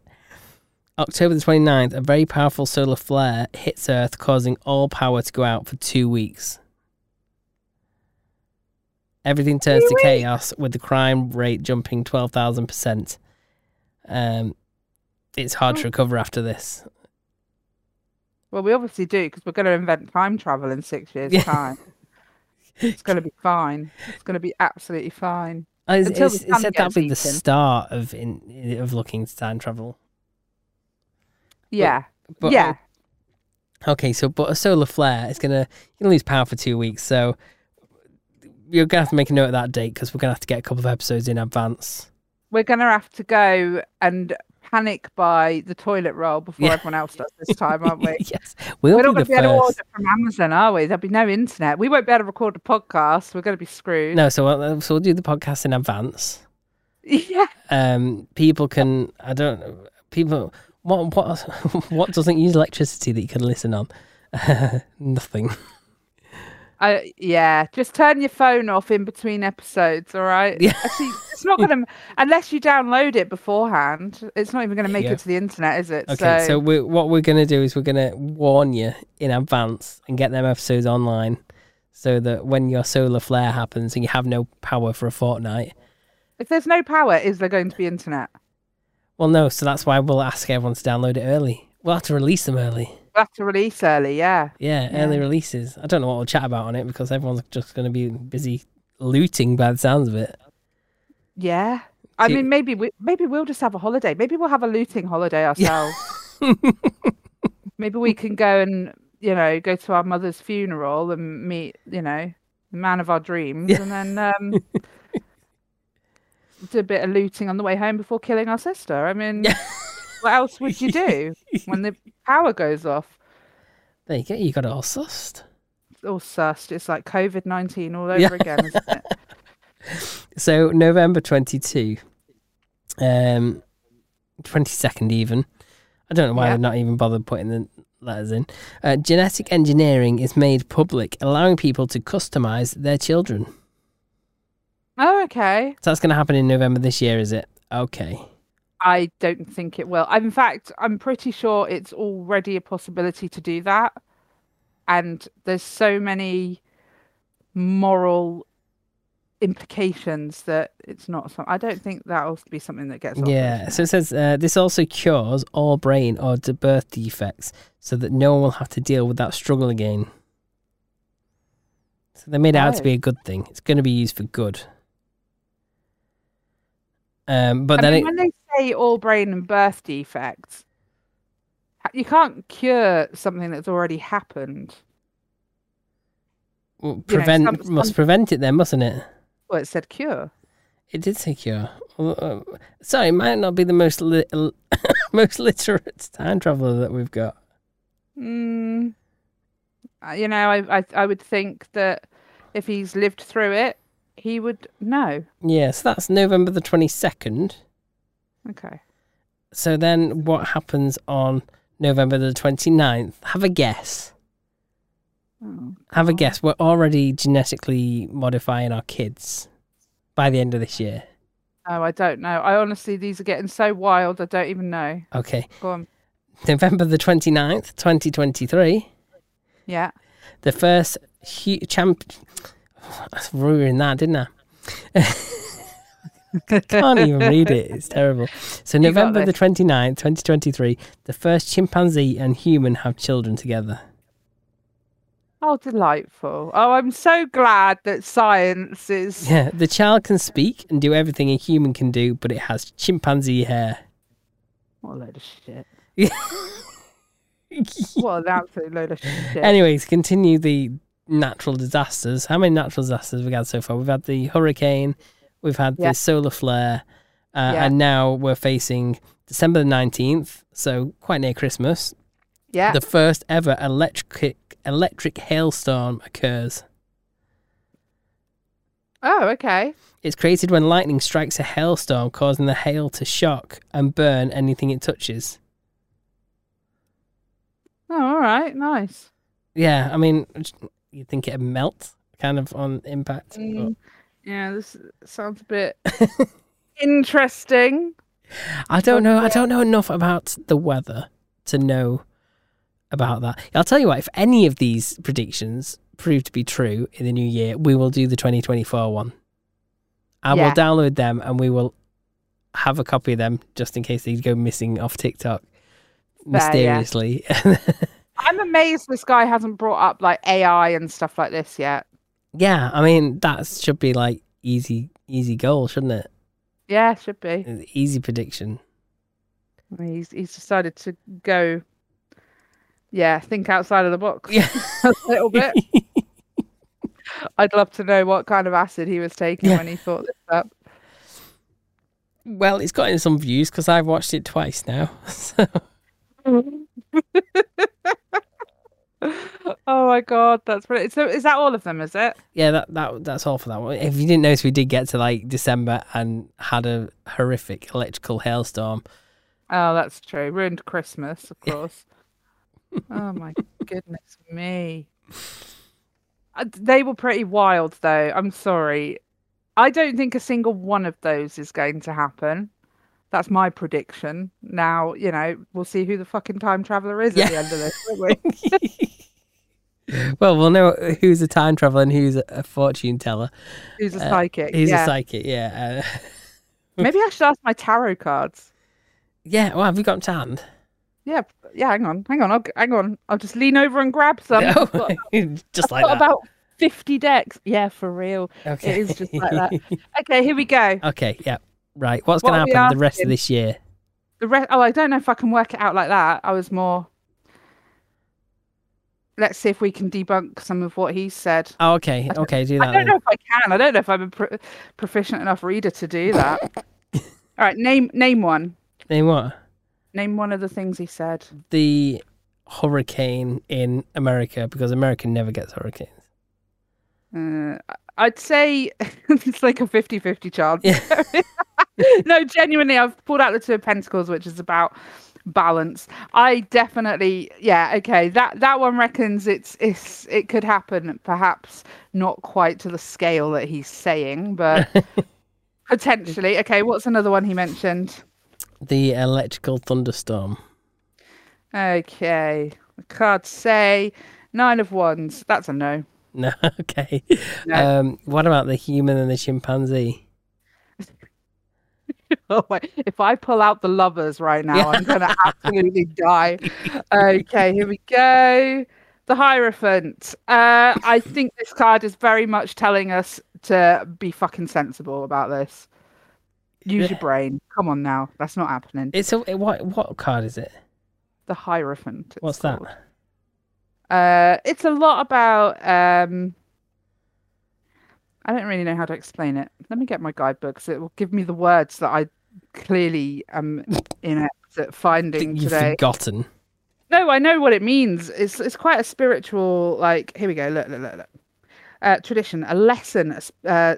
October the 29th. A very powerful solar flare hits Earth, causing all power to go out for two weeks. Everything turns to chaos with the crime rate jumping 12,000%. Um, it's hard Mm. to recover after this. Well, we obviously do because we're going to invent time travel in six years' Yeah. time. It's going to be fine. It's going to be absolutely fine. Oh, it's- Until the it's- it sun said that gets be the eaten. start of in, of looking to time travel. Yeah. But yeah. Okay, so but a solar flare is gonna you're gonna lose power for two weeks, so you're gonna have to make a note of that date because we're gonna have to get a couple of episodes in advance. We're going to have to go and panic by the toilet roll before Yeah. everyone else does this time, aren't we? yes, we'll We're not be the going to be able to first. order from Amazon, are we? There'll be no internet. We won't be able to record a podcast. We're going to be screwed. No, so we'll, so we'll do the podcast in advance. Yeah. Um, people can I don't people what what what doesn't use electricity that you can listen on? Nothing. I, yeah, just turn your phone off in between episodes, all right? Yeah. Actually, it's not going to, unless you download it beforehand, it's not even going to make Yeah. it to the internet, is it? Okay, so, we what we're going to do is we're going to warn you in advance and get them episodes online so that when your solar flare happens and you have no power for a fortnight. if there's no power, is there going to be internet? Well, no, so that's why we'll ask everyone to download it early. We'll have to release them early. We'll have to release early, yeah. Yeah, early releases. I don't know what we'll chat about on it because everyone's just going to be busy looting by the sounds of it. Yeah. I See- mean, maybe we maybe we'll just have a holiday. Maybe we'll have a looting holiday ourselves. maybe we can go and you know go to our mother's funeral and meet you know the man of our dreams, and then um, do a bit of looting on the way home before killing our sister. I mean, what else would you do when the power goes off? There you go. You got it all sussed. It's All sussed. It's like COVID nineteen all over Yeah. again, isn't it? So November twenty two, um, twenty second even. I don't know why Yeah. I've not even bothered putting the letters in. Uh, genetic engineering is made public, allowing people to customize their children. So Oh, okay. that's going to happen in November this year, is it? Okay. I don't think it will. In fact, I'm pretty sure it's already a possibility to do that. And there's so many moral implications that it's not some I don't think that'll be something that gets offered. Yeah. So it says uh, this also cures all brain or de- birth defects, so that no one will have to deal with that struggle again. So they made it out to Oh. be a good thing. It's going to be used for good. Um, but I then mean, it, when they say all brain and birth defects, h- you can't cure something that's already happened. Well, prevent some- must some- prevent it then, mustn't it? Well, it said cure. It did say cure. Well, uh, Sorry, it might not be the most li- l- most literate time traveler that we've got. Mm, uh, you know, I, I I would think that if he's lived through it, he would know. Yeah, so that's November the twenty second. Okay. So then, what happens on November the 29th? Have a guess. Oh, Have a guess. We're already genetically modifying our kids by the end of this year. no, Oh, I don't know. I honestly, these are getting so wild. I don't even know. Okay, Go on. November the 29th, 2023. Yeah. the first hu- champ. I ruined that, didn't I? Can't even read it. It's terrible. So got November the this. 29th, 2023, the first chimpanzee and human have children together. Oh, delightful. Oh, I'm so glad that science is. Yeah, the child can speak and do everything a human can do, but it has chimpanzee hair. What a load of shit. Yeah. what an absolute load of shit. Anyways, continue the natural disasters. How many natural disasters have we had so far? We've had the hurricane, we've had Yeah. the solar flare, uh, Yeah. and now we're facing December the 19th, so quite near Christmas. yeah. The first ever electric electric hailstorm occurs. Oh, okay. It's created when lightning strikes a hailstorm, causing the hail to shock and burn anything it touches. Oh, right, nice. Yeah, I mean, you'd think it'd melt kind of on impact. but- Mm, yeah, this sounds a bit interesting. I don't know. I don't know enough about the weather to know about that. I'll tell you what. If any of these predictions prove to be true in the new year, we will do the 2024 one. I will Yeah. download them and we will have a copy of them just in case they go missing off TikTok yeah. mysteriously. I'm amazed this guy hasn't brought up like AI and stuff like this yet. yeah, I mean that should be like easy, easy goal, shouldn't it? Yeah, should be. An Easy prediction. He's he's decided to go. Yeah, think outside of the box Yeah. a little bit. I'd love to know what kind of acid he was taking Yeah. when he thought this up. Well, it's gotten some views because I've watched it twice now. So. oh my god, that's brilliant. So is that all of them? Is it? yeah, that, that that's all for that one. If you didn't notice, we did get to like December and had a horrific electrical hailstorm. Oh, that's true. Ruined Christmas, of course. oh my goodness me. Uh, They were pretty wild, though. I'm sorry. I don't think a single one of those is going to happen. That's my prediction. Now, you know, we'll see who the fucking time traveler is Yeah. at the end of this, won't we? Well, we'll know who's a time traveler and who's a, a fortune teller. Who's a Uh, psychic? Who's yeah. a psychic? Yeah, uh, Maybe I should ask my tarot cards. yeah. Well, have you got them tanned? Yeah, yeah. Hang on, hang on. I'll, g- hang on. I'll just lean over and grab some. No? I've got- just Oh, like got that. about 50 decks. Yeah, for real. okay. is just like that. Okay, here we go. okay. Yeah. Right. What's What going are we to happen the rest of asking? this year? The rest. Oh, I don't know if I can work it out like that. I was more. Let's see if we can debunk some of what he said. Oh, okay. Okay. Do that. I don't then. know if I can. I don't know if I'm a pro- proficient enough reader to do that. All right, name name one. Then what? Name one of the things he said. The hurricane in America because America never gets hurricanes. Uh, I- I'd say it's like a 50-50 chance. Yeah. no, genuinely, I've pulled out the two of pentacles, which is about balance. I definitely, yeah, okay. That that one reckons it's it's it could happen, perhaps not quite to the scale that he's saying, but potentially. Okay, what's another one he mentioned? The electrical thunderstorm. Okay, the cards say nine of wands. That's a no. No, okay. No. Um, what about the human and the chimpanzee? Oh wait, if I pull out the lovers right now, I'm gonna absolutely die. Okay, here we go. The Hierophant. Uh, I think this card is very much telling us to be fucking sensible about this. Use Yeah. your brain. Come on now, that's not happening. It's a it- what? What card is it? The Hierophant. it's What's that? called. Uh, it's a lot about. Um, I don't really know how to explain it. Let me get my guidebook so it will give me the words that I clearly am inept at finding Think you've today. forgotten. No, I know what it means. It's it's quite a spiritual. Like here we go. Look, look, look, look. Uh, tradition, a lesson, a s- uh,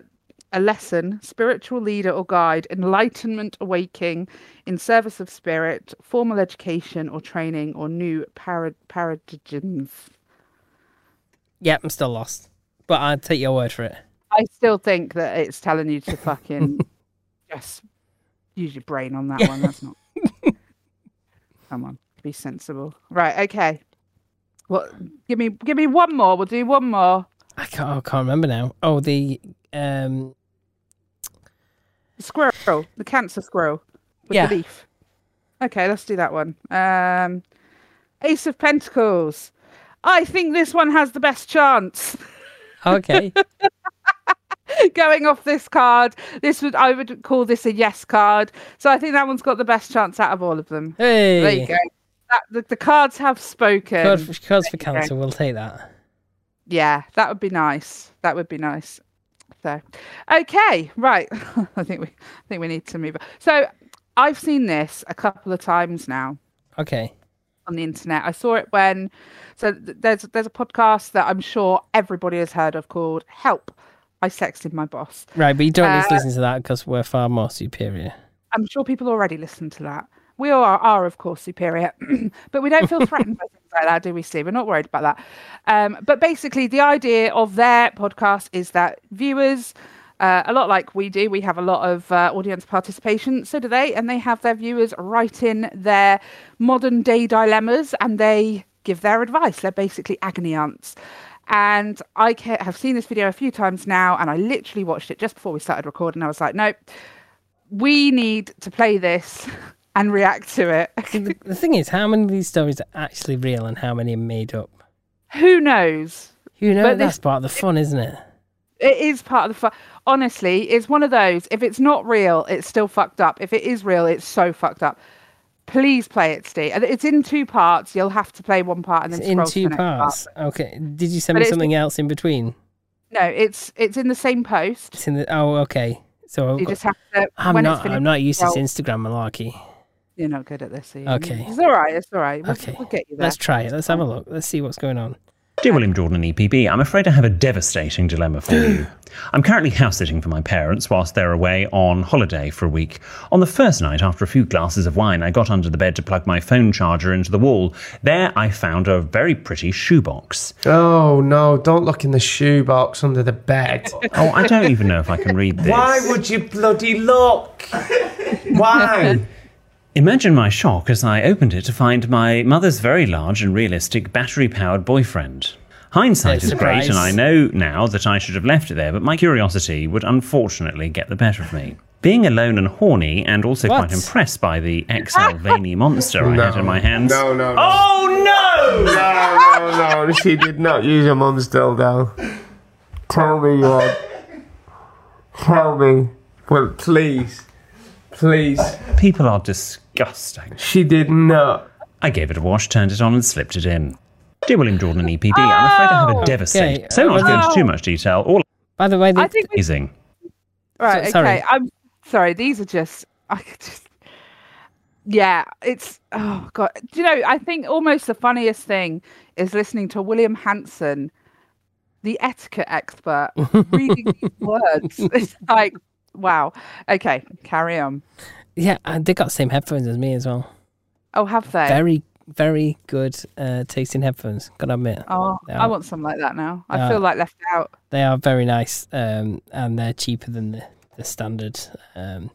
a lesson, spiritual leader or guide, enlightenment, awaking, in service of spirit, formal education or training, or new parad- paradigms. Yep, I'm still lost, but I'll take your word for it. I still think that it's telling you to fucking just use your brain on that one. That's not. Come on, be sensible. Right. Okay. What? Give me, give me one more. We'll do one more. I can't. I can't remember now. Oh, the um. Squirrel, the cancer squirrel with Yeah. the leaf. Okay, let's do that one. Um, Ace of Pentacles. I think this one has the best chance. Okay. going off this card. This would I would call this a yes card. So I think that one's got the best chance out of all of them. hey. There you go. That, the, the cards have spoken. Cards for, cards for cancer. We'll take that. Yeah, that would be nice. That would be nice. So, okay, right. I think we I think we need to move. On. So, I've seen this a couple of times now. Okay. on the internet. I saw it when so th- there's there's a podcast that I'm sure everybody has heard of called Help. I sexted my boss. Right, but you don't need Uh, to listen to that because we're far more superior. I'm sure people already listen to that. We all are, are of course, superior, but we don't feel threatened by things like that, do we, Steve? We're not worried about that. Um, but basically, the idea of their podcast is that viewers, uh, a lot like we do, we have a lot of uh, audience participation. So do they, and they have their viewers write in their modern day dilemmas, and they give their advice. They're basically agony aunts. And I ca- have seen this video a few times now, and I literally watched it just before we started recording. I was like, nope, we need to play this and react to it. The, the thing is, how many of these stories are actually real and how many are made up? Who knows? You know, But that's this- part of the fun, isn't it? It is part of the fun. Honestly, it's one of those. If it's not real, it's still fucked up. If it is real, it's so fucked up. Please play it, Steve. And It's in two parts. You'll have to play one part and then It's scroll in to the two next part. parts. Okay. Did you send me But it's- something else in between? No, it's it's in the same post. It's in the, oh, okay. So I've You got, just have to. I'm when not. It's finished, I'm not used to scroll- this Instagram malarkey. You're not good at this. Are you? Okay. It's all right. It's all right. We'll, Okay. we'll get you there. Let's try it. Let's have a look. Let's see what's going on. Dear William Jordan and EPB, I'm afraid I have a devastating dilemma for you. I'm currently house sitting for my parents whilst they're away on holiday for a week. On the first night, after a few glasses of wine, I got under the bed to plug my phone charger into the wall. There, I found a very pretty shoebox. Oh no! Don't look in the shoebox under the bed. Oh, I don't even know if I can read this. Why would you bloody look? Why? Imagine my shock as I opened it to find my mother's very large and realistic battery powered boyfriend. Hindsight is Surprise. great, and I know now that I should have left it there, but my curiosity would unfortunately get the better of me. Being alone and horny, and also What? quite impressed by the XL veiny monster I had in my hands, No, no, no. Oh no! No, no, no. She did not use your mum's dildo. Tell me you are. Tell me. Well, please. Please. people are disgusting. She did not. I gave it a wash, turned it on, and slipped it in. Dear William Jordan and EPB, I'm afraid I have a devastating. Okay, So not to go oh. into too much detail, all By the way, the, I think we amazing. Right. So- sorry. Okay. I'm sorry. These are just. I could just. Yeah. It's. Oh God. Do you know? I think almost the funniest thing is listening to William Hanson, the etiquette expert, reading these words. It's like, wow. Okay. Carry on. yeah, and they got the same headphones as me as well. Oh, have they? Very, very good uh, tasting headphones. Gotta admit, oh, they I are- want some like that now. I No. feel like left out. they are very nice, um, and they're cheaper than the, the standard um,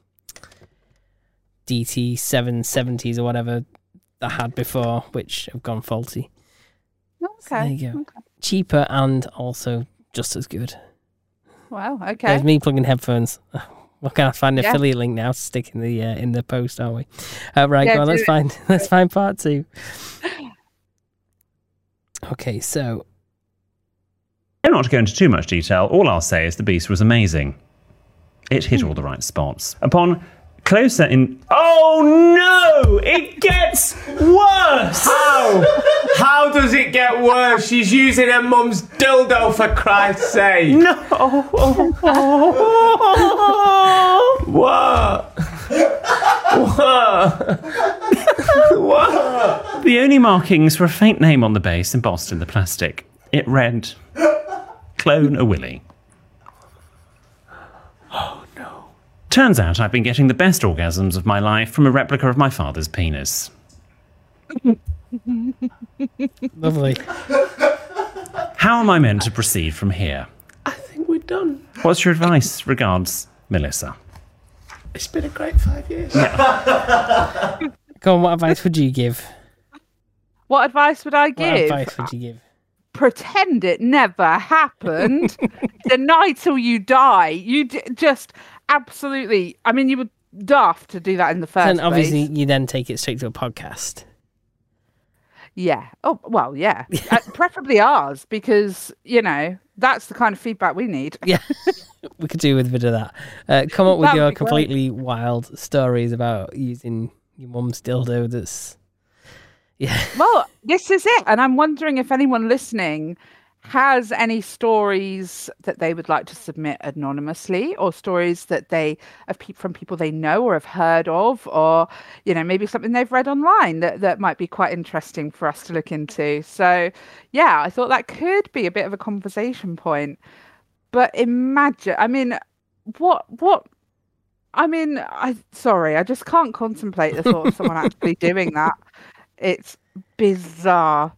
DT seven seventies or whatever I had before, which have gone faulty. there Okay. you go. okay. Cheaper and also just as good. Wow. There's Okay. me plugging headphones. What can I find an Yeah. affiliate link now to stick in the uh, in the post? Are we? Uh, right, Yeah, go on. do Let's it. find let's find part two. Okay, so So not to go into too much detail, all I'll say is the beast was amazing. It hit all the right spots. Upon closer in, oh no! It gets worse. How? How does it get worse? She's using her mum's dildo for Christ's sake. No. what? The only markings were a faint name on the base embossed in the plastic. It read, "Clone a Willy." Oh no! Turns out I've been getting the best orgasms of my life from a replica of my father's penis. lovely. How am I meant to proceed from here? I think we're done. What's your advice? Regards, Melissa. It's been a great five years. Go on. What advice would you give? What advice would I What give? advice would you give? pretend it never happened, deny till you die. You d- just absolutely. I mean, you were daft to do that in the first Then place. obviously you then take it straight to a podcast. yeah. Oh well, yeah. Uh, preferably ours because you know that's the kind of feedback we need. Yeah, we could do with a bit of that. Uh, come up with That would your be great. completely wild stories about using your mum's dildo. That's Well, this is it, and I'm wondering if anyone listening has any stories that they would like to submit anonymously or stories that they of peop from people they know or have heard of or you know maybe something they've read online that, that might be quite interesting for us to look into so yeah i thought that could be a bit of a conversation point but imagine i mean what what I mean, I sorry, I just can't contemplate the thought of someone actually doing that. It's bizarre.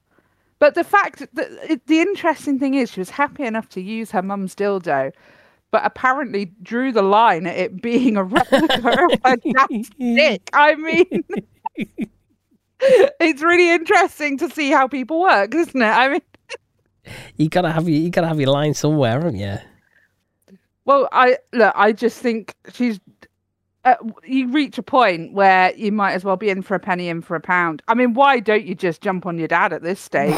But the fact that it, the interesting thing is, she was happy enough to use her mum's dildo, but apparently drew the line at it being a replica of her dad's dick. I mean, it's really interesting to see how people work, isn't it? I mean, You gotta have your you gotta have your line somewhere, haven't you? Well, I look. I just think she's. Uh, you reach a point where you might as well be in for a penny, in for a pound. I mean, why don't you just jump on your dad at this stage?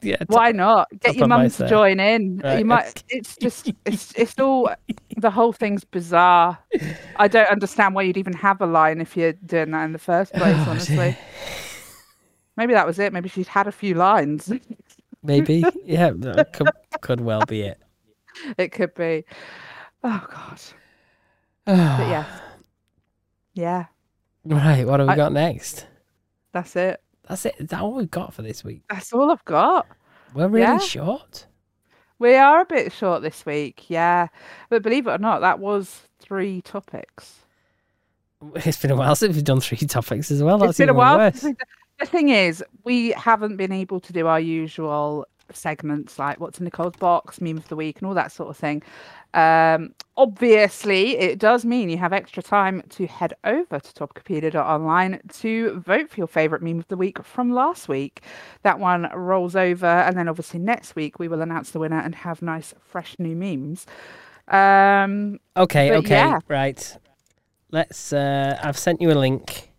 yeah. t- why not get that's your what I mum to say. join in? Right, You might. It's just. It's. It's all. The whole thing's bizarre. I don't understand why you'd even have a line if you're doing that in the first place. Oh, Honestly, maybe that was it. Maybe she'd had a few lines. Maybe. Yeah. That could could well be it. it could be. Oh God. But yeah. Yeah. Right. What have we I- got next? That's it. That's it. Is that all we've got for this week? That's all I've got. We're really Yeah. short. We are a bit short this week, yeah. But believe it or not, that was three topics. It's been a while since we've done three topics as well. That's it's been a even while. worse. since we've done- The thing is, we haven't been able to do our usual segments like what's in Nicole's box, meme of the week, and all that sort of thing. Um, obviously, it does mean you have extra time to head over to topicopedia.online to vote for your favourite meme of the week from last week. That one rolls over, and then obviously next week we will announce the winner and have nice, fresh new memes. Um, Okay, But okay, yeah. right. Let's. Uh, I've sent you a link.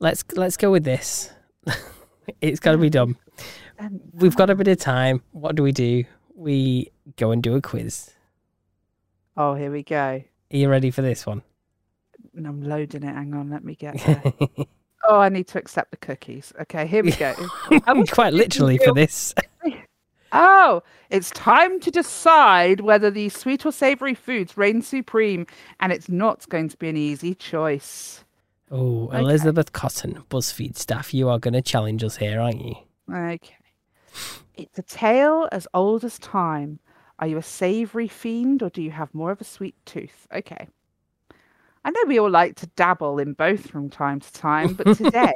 Let's let's go with this. it's got to be done. Um, We've got a bit of time. What do we do? We go and do a quiz. oh, here we go. Are you ready for this one? And I'm loading it. Hang on, let me get there. Oh, I need to accept the cookies. Okay, here we go. Um, Quite literally for this. oh, it's time to decide whether these sweet or savory foods reign supreme, and it's not going to be an easy choice. Oh, Okay. Elizabeth Cotton, BuzzFeed staff, you are going to challenge us here, aren't you? Okay. It's a tale as old as time. Are you a savory fiend or do you have more of a sweet tooth? Okay. I know we all like to dabble in both from time to time, but today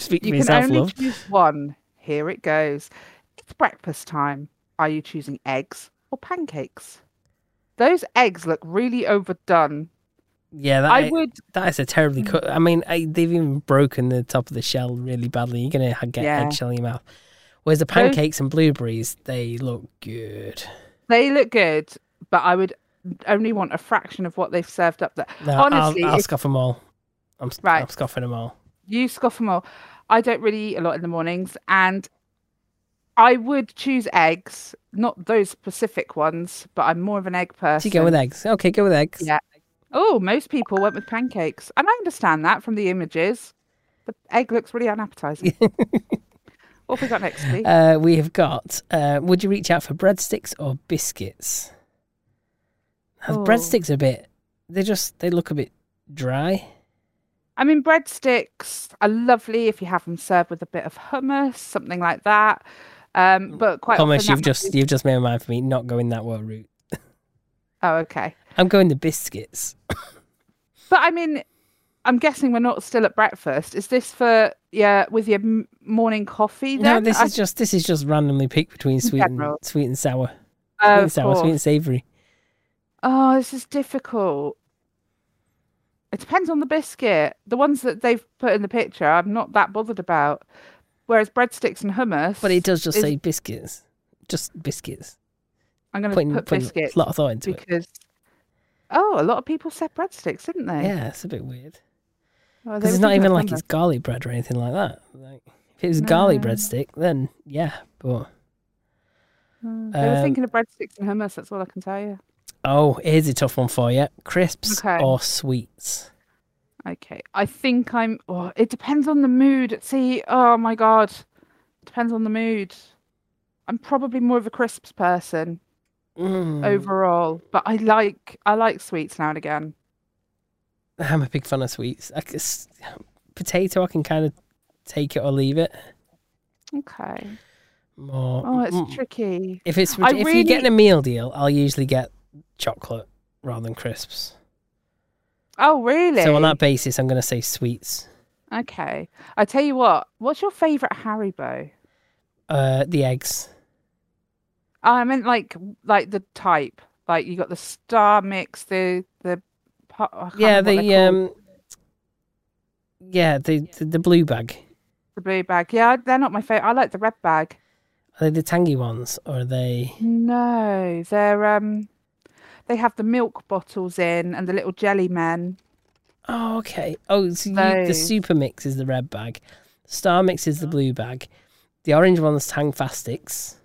Speak for You can yourself, only love. choose one. Here it goes. It's breakfast time. Are you choosing eggs or pancakes? Those eggs look really overdone. Yeah, that I i- would. Mm. that is a terribly. Co- I mean, I, they've even broken the top of the shell really badly. You're going to get Yeah. eggshell in your mouth. Whereas the pancakes and blueberries, they look good. They look good, but I would only want a fraction of what they've served up there. No, Honestly, I'll, I'll if- scoff them all. I'm, s- Right. I'm scoffing them all. you scoff them all. I don't really eat a lot in the mornings, and I would choose eggs, not those specific ones, but I'm more of an egg So person. you go with eggs. Okay, go with eggs. Yeah. Oh, most people went with pancakes. And I understand that from the images. The egg looks really unappetizing. what have we got next, please? Uh, we have got. Uh, would you reach out for breadsticks or biscuits? Now, the Oh. Breadsticks are a bit. They just they look a bit dry. I mean, breadsticks are lovely if you have them served with a bit of hummus, something like that. Um, but quite Thomas, often Mm, you've that might just be- you've just made my mind for me not going that well route. Oh, okay. I'm going the biscuits. But I mean, I'm guessing we're not still at breakfast. Is this for yeah with your m- morning coffee? No, Then this I- is just this is just randomly picked between sweet and general. sweet and sour, sweet Oh, and of sour, sweet course. and savoury. Oh, this is difficult. It depends on the biscuit. The ones that they've put in the picture, I'm not that bothered about. Whereas breadsticks and hummus, But it does just is- say biscuits, just biscuits. I'm going Putting, to put putting biscuits a lot of thought into it. because oh, a lot of people said breadsticks, didn't they? Yeah, it's a bit weird. Well, they Because were it's not thinking even of like it's hummus. garlic bread or anything like that. Like, if it was garlic No. breadstick, then yeah. But Mm, They were um, thinking of breadsticks and hummus. That's all I can tell you. oh, here's a tough one for you: crisps Okay. or sweets. Okay, I think I'm. Oh, it depends on the mood. See, oh my god, depends on the mood. I'm probably more of a crisps person. Mm, overall. But I like I like sweets now and again. I'm a big fan of sweets. I c- s- potato, I can kind of take it or leave it. Okay. More. Oh, it's mm, tricky. If it's I if you're getting really- a meal deal, I'll usually get chocolate rather than crisps. Oh, really? So on that basis, I'm going to say sweets. Okay. I tell you what. What's your favorite Haribo? Uh, the eggs. Oh, I meant like like the type. Like you got the star mix, the the. pa- I can't Yeah, remember what the they're called, um. Yeah, the, the the blue bag. the blue bag. Yeah, they're not my favorite. I like the red bag. Are they the tangy ones or are they? No, they're um, they have the milk bottles in and the little jelly men. Oh, okay. Oh, so you, the Those. super mix is the red bag. Star mix Oh. is the blue bag. The orange one's Tang Fastics.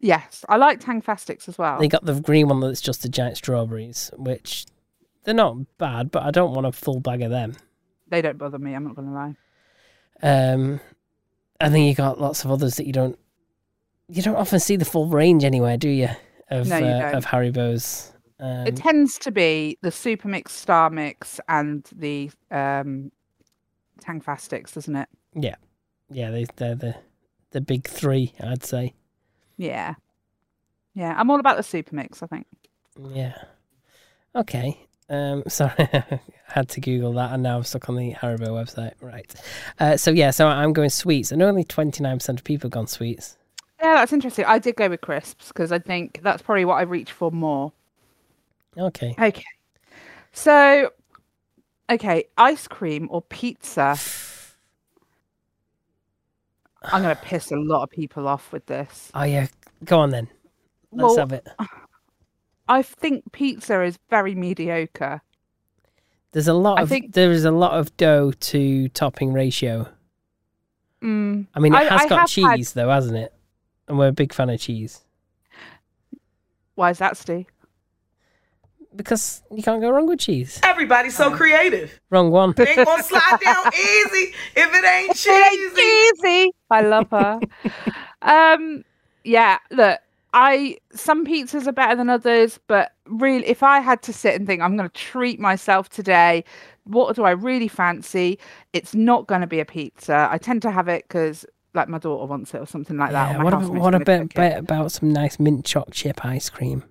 Yes, I like Tang Fastics as well. They got the green one that's just the giant strawberries, which they're not bad, but I don't want a full bag of them. They don't bother me. I'm not gonna lie. Um, and then you got lots of others that you don't you don't often see the full range anywhere, do you? Of No, you uh, don't. of Haribo's. Um, it tends to be the super mix, star mix, and the um, Tang Fastics, doesn't it? yeah, they, they're the the big three, I'd say. Yeah, yeah. I'm all about the super mix. I think. Yeah. Okay. Um, sorry, I had to Google that, and now I'm stuck on the Haribo website. Right. Uh, so yeah, so I'm going sweets, and only 29% of people have gone sweets. Yeah, that's interesting. I did go with crisps because I think that's probably what I reach for more. Okay. Okay. So, okay, ice cream or pizza? I'm going to piss a lot of people off with this. Oh yeah, go on then. Let's Well, have it. I think pizza is very mediocre. There's a lot I of think- there is a lot of dough to topping ratio. Mm, I mean, it I- has I got have had- cheese though, hasn't it? And we're a big fan of cheese why is that, Stu? because you can't go wrong with cheese. Everybody's so creative. Wrong one. They ain't gonna slide down easy if it ain't cheesy. Cheesy. I love her. um, yeah. Look, I some pizzas are better than others, but really, if I had to sit and think, I'm going to treat myself today. What do I really fancy? It's not going to be a pizza. I tend to have it because, like, my daughter wants it or something like that. or Yeah, my what about, housemate's what gonna about, cook it. about some nice mint choc chip ice cream?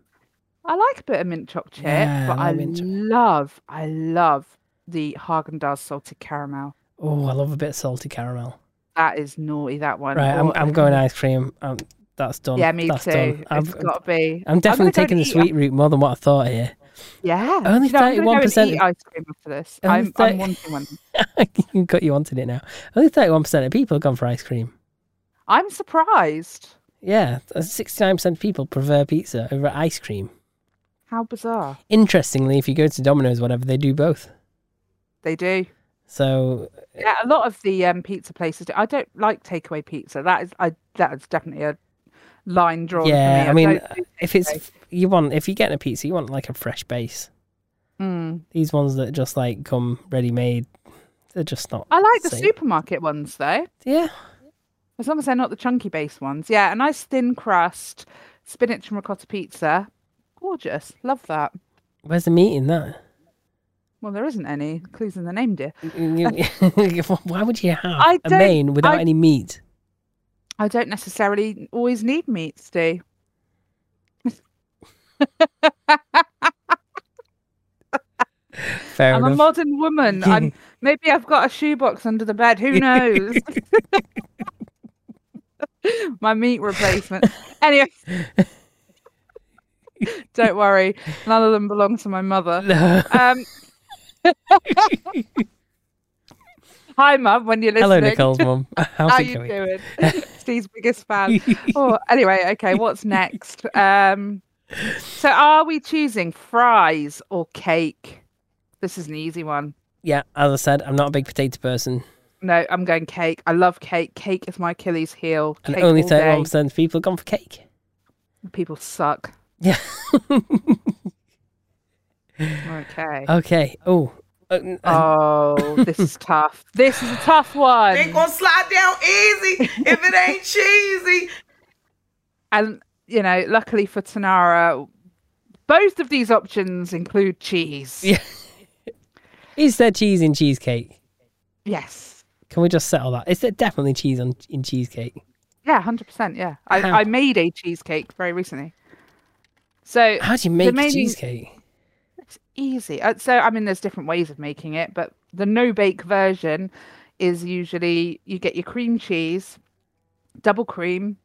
I like a bit of mint choc chip, Yeah, I but I, like mint choc- love, I love the Haagen Dazs salted caramel. Oh, I love a bit of salty caramel. That is naughty. That one. Right, I'm, Or- I'm going ice cream. Um, that's done. Yeah, me that's too. Done. I'm, It's got to be. I'm definitely gonna go taking and the eat- sweet route more than what I thought here. Yeah. Only Do you know, I'm gonna go and 31% eat of- ice cream after this. Only I'm, thirty- I'm wanting one. You Got you wanting it now. Only 31% of people have gone for ice cream. I'm surprised. Yeah, that's 69% of people prefer pizza over ice cream. How bizarre. Interestingly, if you go to Domino's, whatever, they do both. They do. So, Yeah, a lot of the um, pizza places. Do. I don't like takeaway pizza. That is, I that is definitely a line drawn. for yeah, me. I mean, uh, don't do if it's, takeaway. you want, if you're getting a pizza, you want like a fresh base. Mm. These ones that just like come ready made, they're just not. I like the same. supermarket ones though, Yeah. as long as they're not the chunky base ones. Yeah, a nice thin crust, spinach and ricotta pizza. Gorgeous. Love that. Where's the meat in that? Well, there isn't any. Clues in the name, dear. Why would you have I a don't- main without I- any meat? I don't necessarily always need meat, Stu. Fair I'm a modern woman. I'm, maybe I've got a shoebox under the bed. Who knows? My meat replacement. Anyway, don't worry. None of them belong to my mother. Um, hi, Mum, when you're listening. Hello, Nicole's mum. How's How it you going? doing? Steve's biggest fan. oh, anyway, okay. What's next? Um, so, are we choosing fries or cake? This is an easy one. Yeah, as I said, I'm not a big potato person, No, I'm going cake. I love cake. Cake is my Achilles heel. and Cake only all day. 31% of people have gone for cake. People suck. Yeah. Okay. okay. Oh, uh, n- uh, Oh, this is tough. This is a tough They one. ain't gonna slide down easy if it ain't cheesy. And you know, luckily for Tanara, both of these options include cheese. Yeah. is there cheese in cheesecake? Yes. Can we just settle that? Is there definitely cheese on in cheesecake? Yeah, hundred percent. Yeah, I, How- I made a cheesecake very recently. So How do you make main- cheesecake? it's easy. Uh, So I mean, there's different ways of making it, but the no bake version is usually you get your cream cheese, double cream,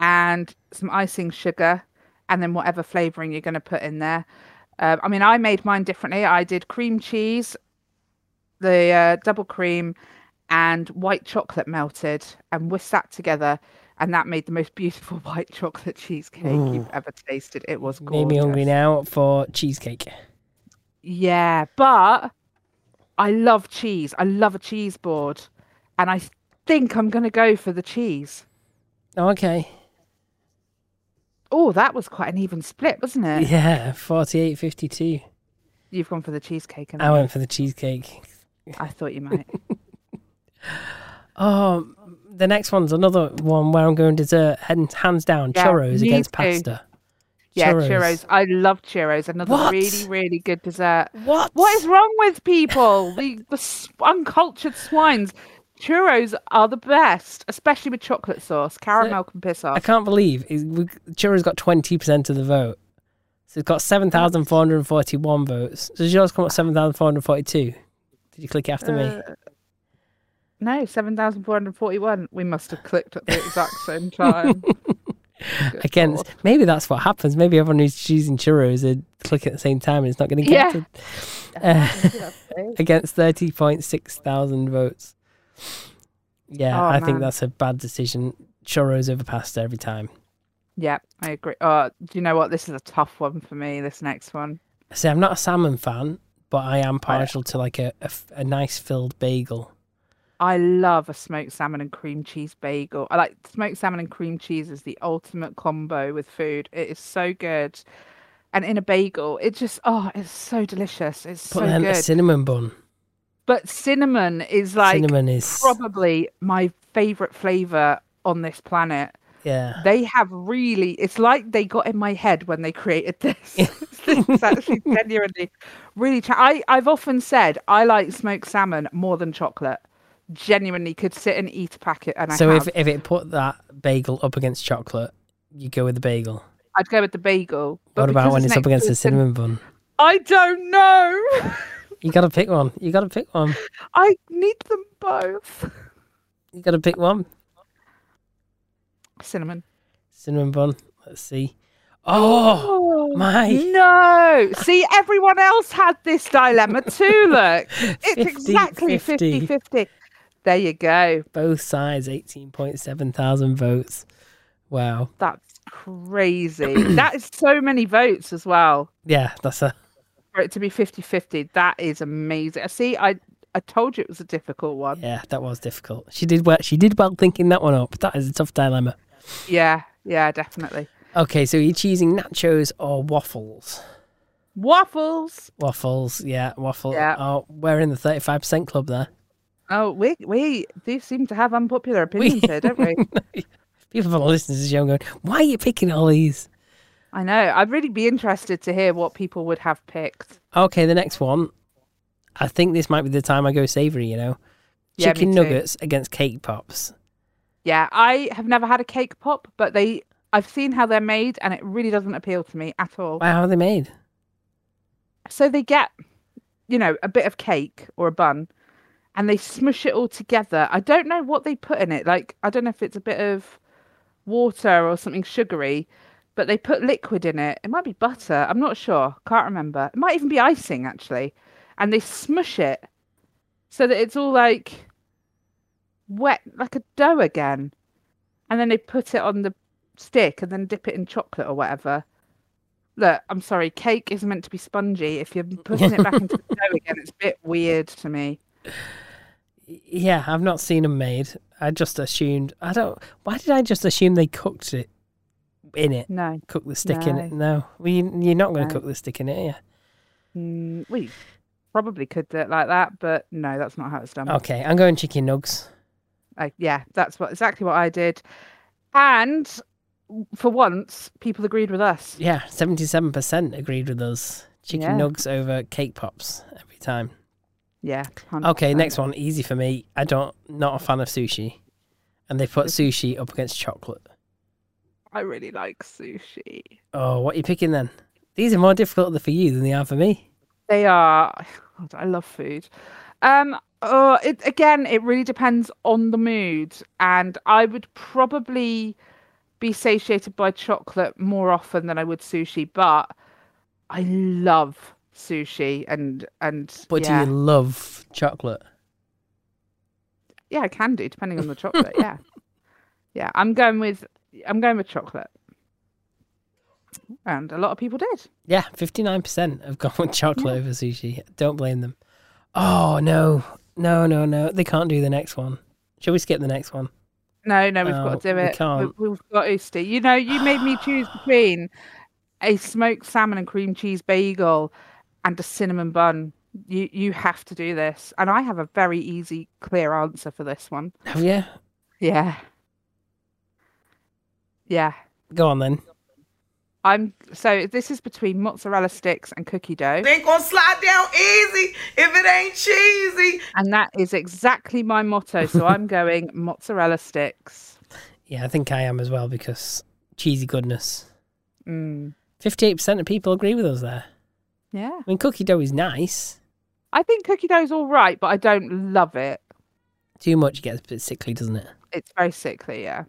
and some icing sugar, and then whatever flavoring you're going to put in there. Um, I mean, I made mine differently. I did cream cheese, the uh, double cream, and white chocolate melted, and whisked that together. And that made the most beautiful white chocolate cheesecake you've ever tasted. It was gorgeous. Mm. Made me hungry now for cheesecake. Yeah, but I love cheese. I love a cheese board, and I think I'm going to go for the cheese. Okay. Oh, that was quite an even split, wasn't it? Yeah, 48.52. You've gone for the cheesecake, and I went for the cheesecake. I thought you might. Oh, the next one's another one where I'm going dessert, hand- hands down, Yeah, churros me against too. pasta. Yeah, churros. I love churros. Another What? really, really good dessert. What? What is wrong with people? the, the s- uncultured swines. Churros are the best, especially with chocolate sauce. Caramel can piss I off. can't believe it, we, churros got 20% of the vote. So it's got 7,441 votes. Does yours come up 7,442? Did you click after Uh, me? No, 7,441. We must have clicked at the exact same time. Again, God. maybe that's what happens. Maybe everyone who's choosing churros are clicking at the same time and it's not getting Yeah. counted. Uh, against 30.6 thousand votes. Yeah, Oh, I think man. that's a bad decision. Churros over pasta every time. yeah, I agree. Oh, do you know what? This is a tough one for me, this next one. See, I'm not a salmon fan, but I am partial to like a, a f- a nice filled bagel. I love a smoked salmon and cream cheese bagel. I like smoked salmon and cream cheese is the ultimate combo with food. It is so good. And in a bagel, it just oh, it's so delicious. It's But so then a good. cinnamon bun. but cinnamon is like cinnamon is probably my favorite flavor on this planet. yeah. They have really it's like they got in my head when they created this. it's actually genuinely really cha- I, I've often said I like smoked salmon more than chocolate. Genuinely could sit and eat a packet and I So have. if if it put that bagel up against chocolate, you go with the bagel. I'd go with the bagel. but what about because when it's up next against to the cin- cinnamon bun? I don't know. You gotta pick one. You gotta pick one. I need them both. You gotta pick one. Cinnamon. Cinnamon bun. Let's see. Oh my No. See, everyone else had this dilemma too. Look, it's 50, exactly 50. 50 50. There you go. both sides, eighteen point seven thousand votes. Wow. That's crazy. that is so many votes as well. Yeah, that's a For it to be 50 50, that is amazing. See, I, I told you it was a difficult one. yeah, that was difficult. She did well she did well thinking that one up. That is a tough dilemma. Yeah, yeah definitely. Okay, so you're choosing nachos or waffles? Waffles. Waffles, yeah, waffle. Yeah. Oh, we're in the thirty five percent club there. Oh, we we do seem to have unpopular opinions here, don't we? People that listen to this show and going, why are you picking all these? I know. I'd really be interested to hear what people would have picked. Okay, the next one. I think this might be the time I go savory, you know? Yeah, me Chicken too. nuggets against cake pops. Yeah, I have never had a cake pop, but they I've seen how they're made and it really doesn't appeal to me at all. Wow, how are they made? So they get, you know, a bit of cake or a bun and they smush it all together. I don't know what they put in it. Like I don't know if it's a bit of water or something sugary, but they put liquid in it. It might be butter. I'm not sure. Can't remember. It might even be icing actually. And they smush it so that it's all like wet like a dough again. And then they put it on the stick and then dip it in chocolate or whatever. Look, I'm sorry, cake is meant to be spongy. If you're putting it back into the dough again, it's a bit weird to me. Yeah, I've not seen them made. I just assumed. I don't. Why did I just assume they cooked it in it? No. Cook the stick in No. it? No. Well, you, you're not going to No. cook the stick in it, are you? Mm, we probably could do it like that, but no, that's not how it's done. Okay, I'm going chicken nugs. Like, yeah, that's what exactly what I did. And w- for once, people agreed with us. Yeah, 77% agreed with us. Chicken Yeah. nugs over cake pops every time. Yeah. 100%. Okay, next one, easy for me. I don't not a fan of sushi, and they put sushi up against chocolate. I really like sushi. Oh, what are you picking then? These are more difficult for you than they are for me. They are. God, I love food. Um. Uh, it, again, it really depends on the mood, and I would probably be satiated by chocolate more often than I would sushi. But I love sushi, and and But yeah, do you love chocolate? yeah, I can do depending on the chocolate. Yeah, yeah, I'm going with I'm going with chocolate, and a lot of people did. Yeah, 59% have gone with chocolate over sushi. Don't blame them. Oh, no. No, no, no. They can't do the next one. Shall we skip the next one? No, no, we've Oh, got to do we it. can't. We, have got to, Steve. You know, you made me choose between a smoked salmon and cream cheese bagel and a cinnamon bun. You you have to do this, and I have a very easy, clear answer for this one. Have you? Yeah, yeah. Go on then. I'm so this is between mozzarella sticks and cookie dough, They ain't gonna slide down easy if it ain't cheesy. and that is exactly my motto. So I'm going mozzarella sticks. Yeah, I think I am as well because cheesy goodness. Mm, 58% of people agree with us there. yeah, I mean, cookie dough is nice. I think cookie dough's all right, but I don't love it. Too much gets a bit sickly, doesn't it? It's very sickly, yeah.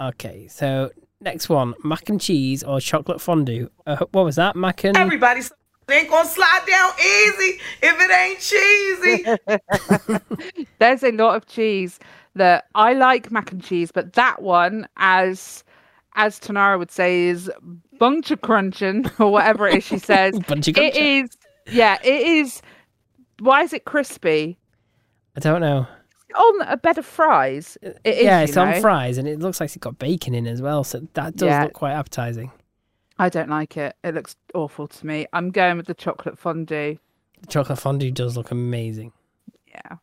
Okay, so next one mac and cheese or chocolate fondue. Uh, what was that? Mac and. Everybody s- they ain't gonna slide down easy if it ain't cheesy. There's a lot of cheese that I like mac and cheese, but that one, as as Tanara would say, is bunch of crunching or whatever it is she says. Bunch of it crunching. is, yeah, it is. Why is it crispy I don't know. on a bed of fries? It is, yeah, you it's on know. fries and it looks like it's got bacon in as well, so that does Yeah. look quite appetizing. I don't like it. It looks awful to me. I'm going with the chocolate fondue. Chocolate fondue does look amazing. Yeah,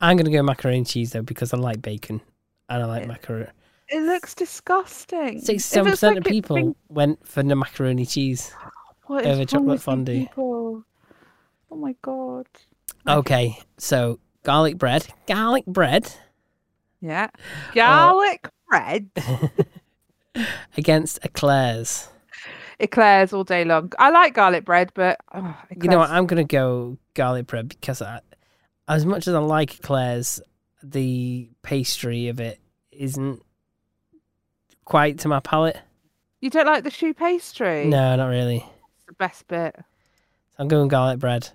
I'm gonna go macaroni and cheese though because I like bacon and I like macaroni. it looks disgusting. It looks Sixty-seven percent like of it's people been- went for the macaroni cheese. What is over wrong chocolate with you fondue. people? Oh my god. Okay, so garlic bread, garlic bread Yeah. Oh. Garlic bread. against eclairs. Eclairs all day long. I like garlic bread, but oh, You know what? I'm gonna go garlic bread because I, as much as I like eclairs, the pastry of it isn't quite to my palate. You don't like the shoe pastry? No, not really. It's the best bit. So I'm going garlic bread.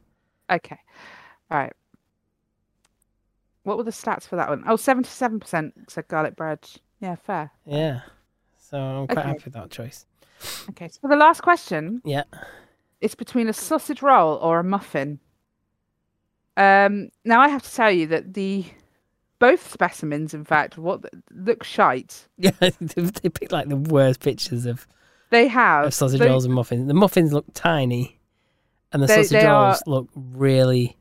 Okay. All right. What were the stats for that one? Oh, 77% said garlic bread. Yeah, fair. Yeah. So I'm quite Okay. happy with that choice. Okay. So for the last question, Yeah. it's between a sausage roll or a muffin. Um, now I have to tell you that the both specimens, in fact, what look shite. Yeah, they picked like the worst pictures of, They have of sausage they- rolls and muffins. The muffins look tiny, and the They- sausage they are- rolls look really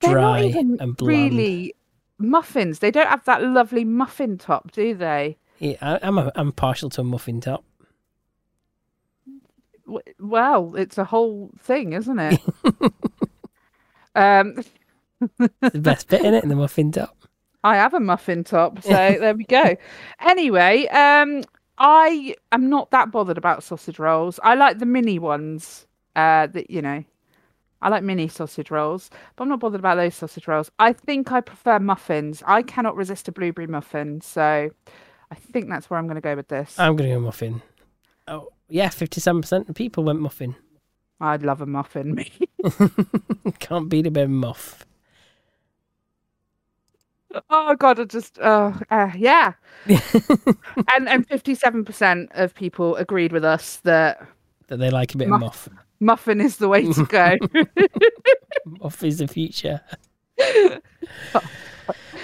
They're dry not even and bland. really muffins. They don't have that lovely muffin top, do they? Yeah, I, I'm a, I'm partial to a muffin top. W- Well, it's a whole thing, isn't it? um, It's the best bit in it, in the muffin top. I have a muffin top, so there we go. Anyway, um, I am not that bothered about sausage rolls. I like the mini ones. Uh, that you know, I like mini sausage rolls, but I'm not bothered about those sausage rolls. I think I prefer muffins. I cannot resist a blueberry muffin, so I think that's where I'm going to go with this. I'm gonna go muffin. Oh yeah, fifty-seven percent of people went muffin. I'd love a muffin. Me. Can't beat a bit of muff. oh God, I just oh uh, yeah. and and fifty seven percent of people agreed with us that That they like a bit Muff. of muffin is the way to go. muff. Muff is the future.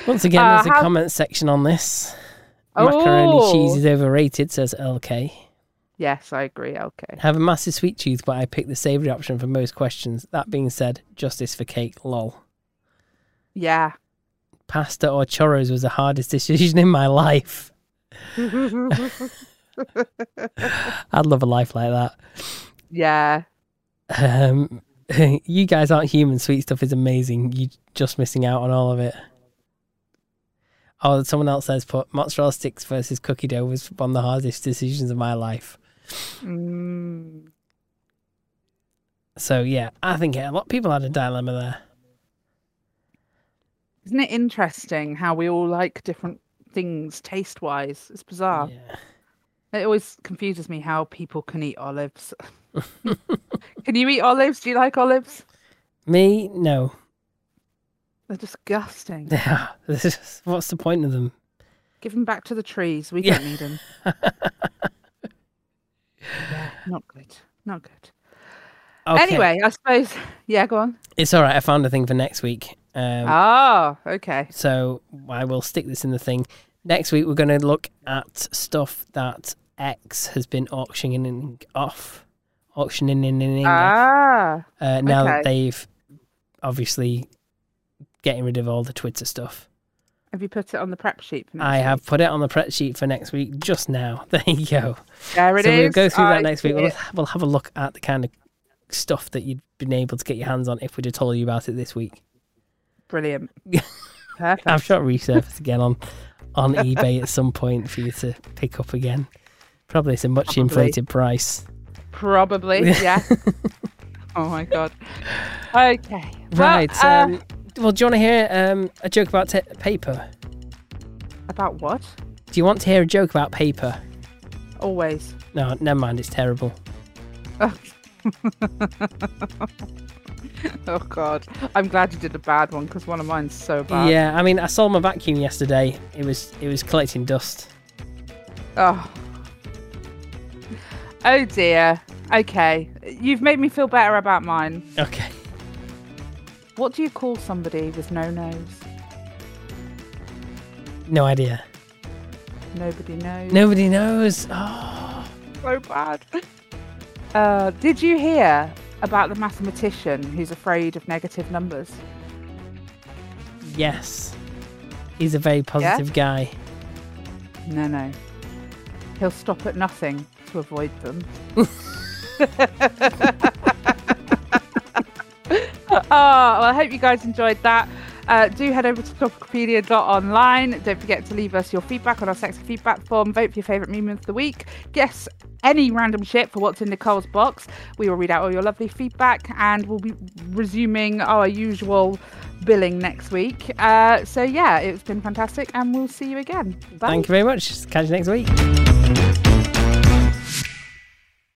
Once again, Uh, there's a how- comment section on this. Macaroni cheese Oh. is overrated, says LK. yes, I agree. Okay. Have a massive sweet tooth, but I picked the savoury option for most questions. That being said, justice for cake, lol. Yeah. Pasta or churros was the hardest decision in my life. I'd love a life like that. Yeah. Um, you guys aren't human. Sweet stuff is amazing. You're just missing out on all of it. Oh, someone else says, put mozzarella sticks versus cookie dough was one of the hardest decisions of my life. Mm. So yeah, I think a lot of people had a dilemma there. Isn't it interesting how we all like different things taste wise? It's bizarre. Yeah. It always confuses me how people can eat olives. can you eat olives? Do you like olives? Me, no. They're disgusting. Yeah, this is- what's the point of them? Give them back to the trees. We Yeah. don't need them. not good. Not good. Okay. Anyway, I suppose. Yeah, go on. it's all right. I found a thing for next week. Um, Ah, okay. So I will stick this in the thing. Next week, we're going to look at stuff that X has been auctioning off, auctioning in, in, in off, Ah, uh, now that okay. they've obviously getting rid of all the Twitter stuff. have you put it on the prep sheet? For me? I have put it on the prep sheet for next week just now. There you go. There it so we'll is. go through I that next week. see We'll, it. we'll have a look at the kind of stuff that you've been able to get your hands on if we'd have told you about it this week. Brilliant. Perfect. I've shot resurface again on on eBay at some point for you to pick up again. Probably it's a much inflated price. Probably. Yeah. oh my god. Okay. Well, Right. uh, um, well, do you want to hear um, a joke about t- paper? about what? Do you want to hear a joke about paper? Always. No, never mind. It's terrible. Oh god. I'm glad you did a bad one because one of mine's so bad. Yeah, I mean, I sold my vacuum yesterday. It was it was collecting dust. Oh. Oh dear. Okay. You've made me feel better about mine. Okay. What do you call somebody with no nose? No idea. Nobody knows. Nobody knows. Oh, So bad. Uh, did you hear about the mathematician who's afraid of negative numbers? yes. He's a very positive guy. No, no. He'll stop at nothing to avoid them. oh, well, I hope you guys enjoyed that. Uh, do head over to topicopedia.online. Don't forget to leave us your feedback on our sexy feedback form. Vote for your favourite meme of the week. Guess any random shit for what's in Nicole's box. We will read out all your lovely feedback and we'll be resuming our usual billing next week. Uh, so, yeah, it's been fantastic and we'll see you again. Bye. Thank you very much. Catch you next week.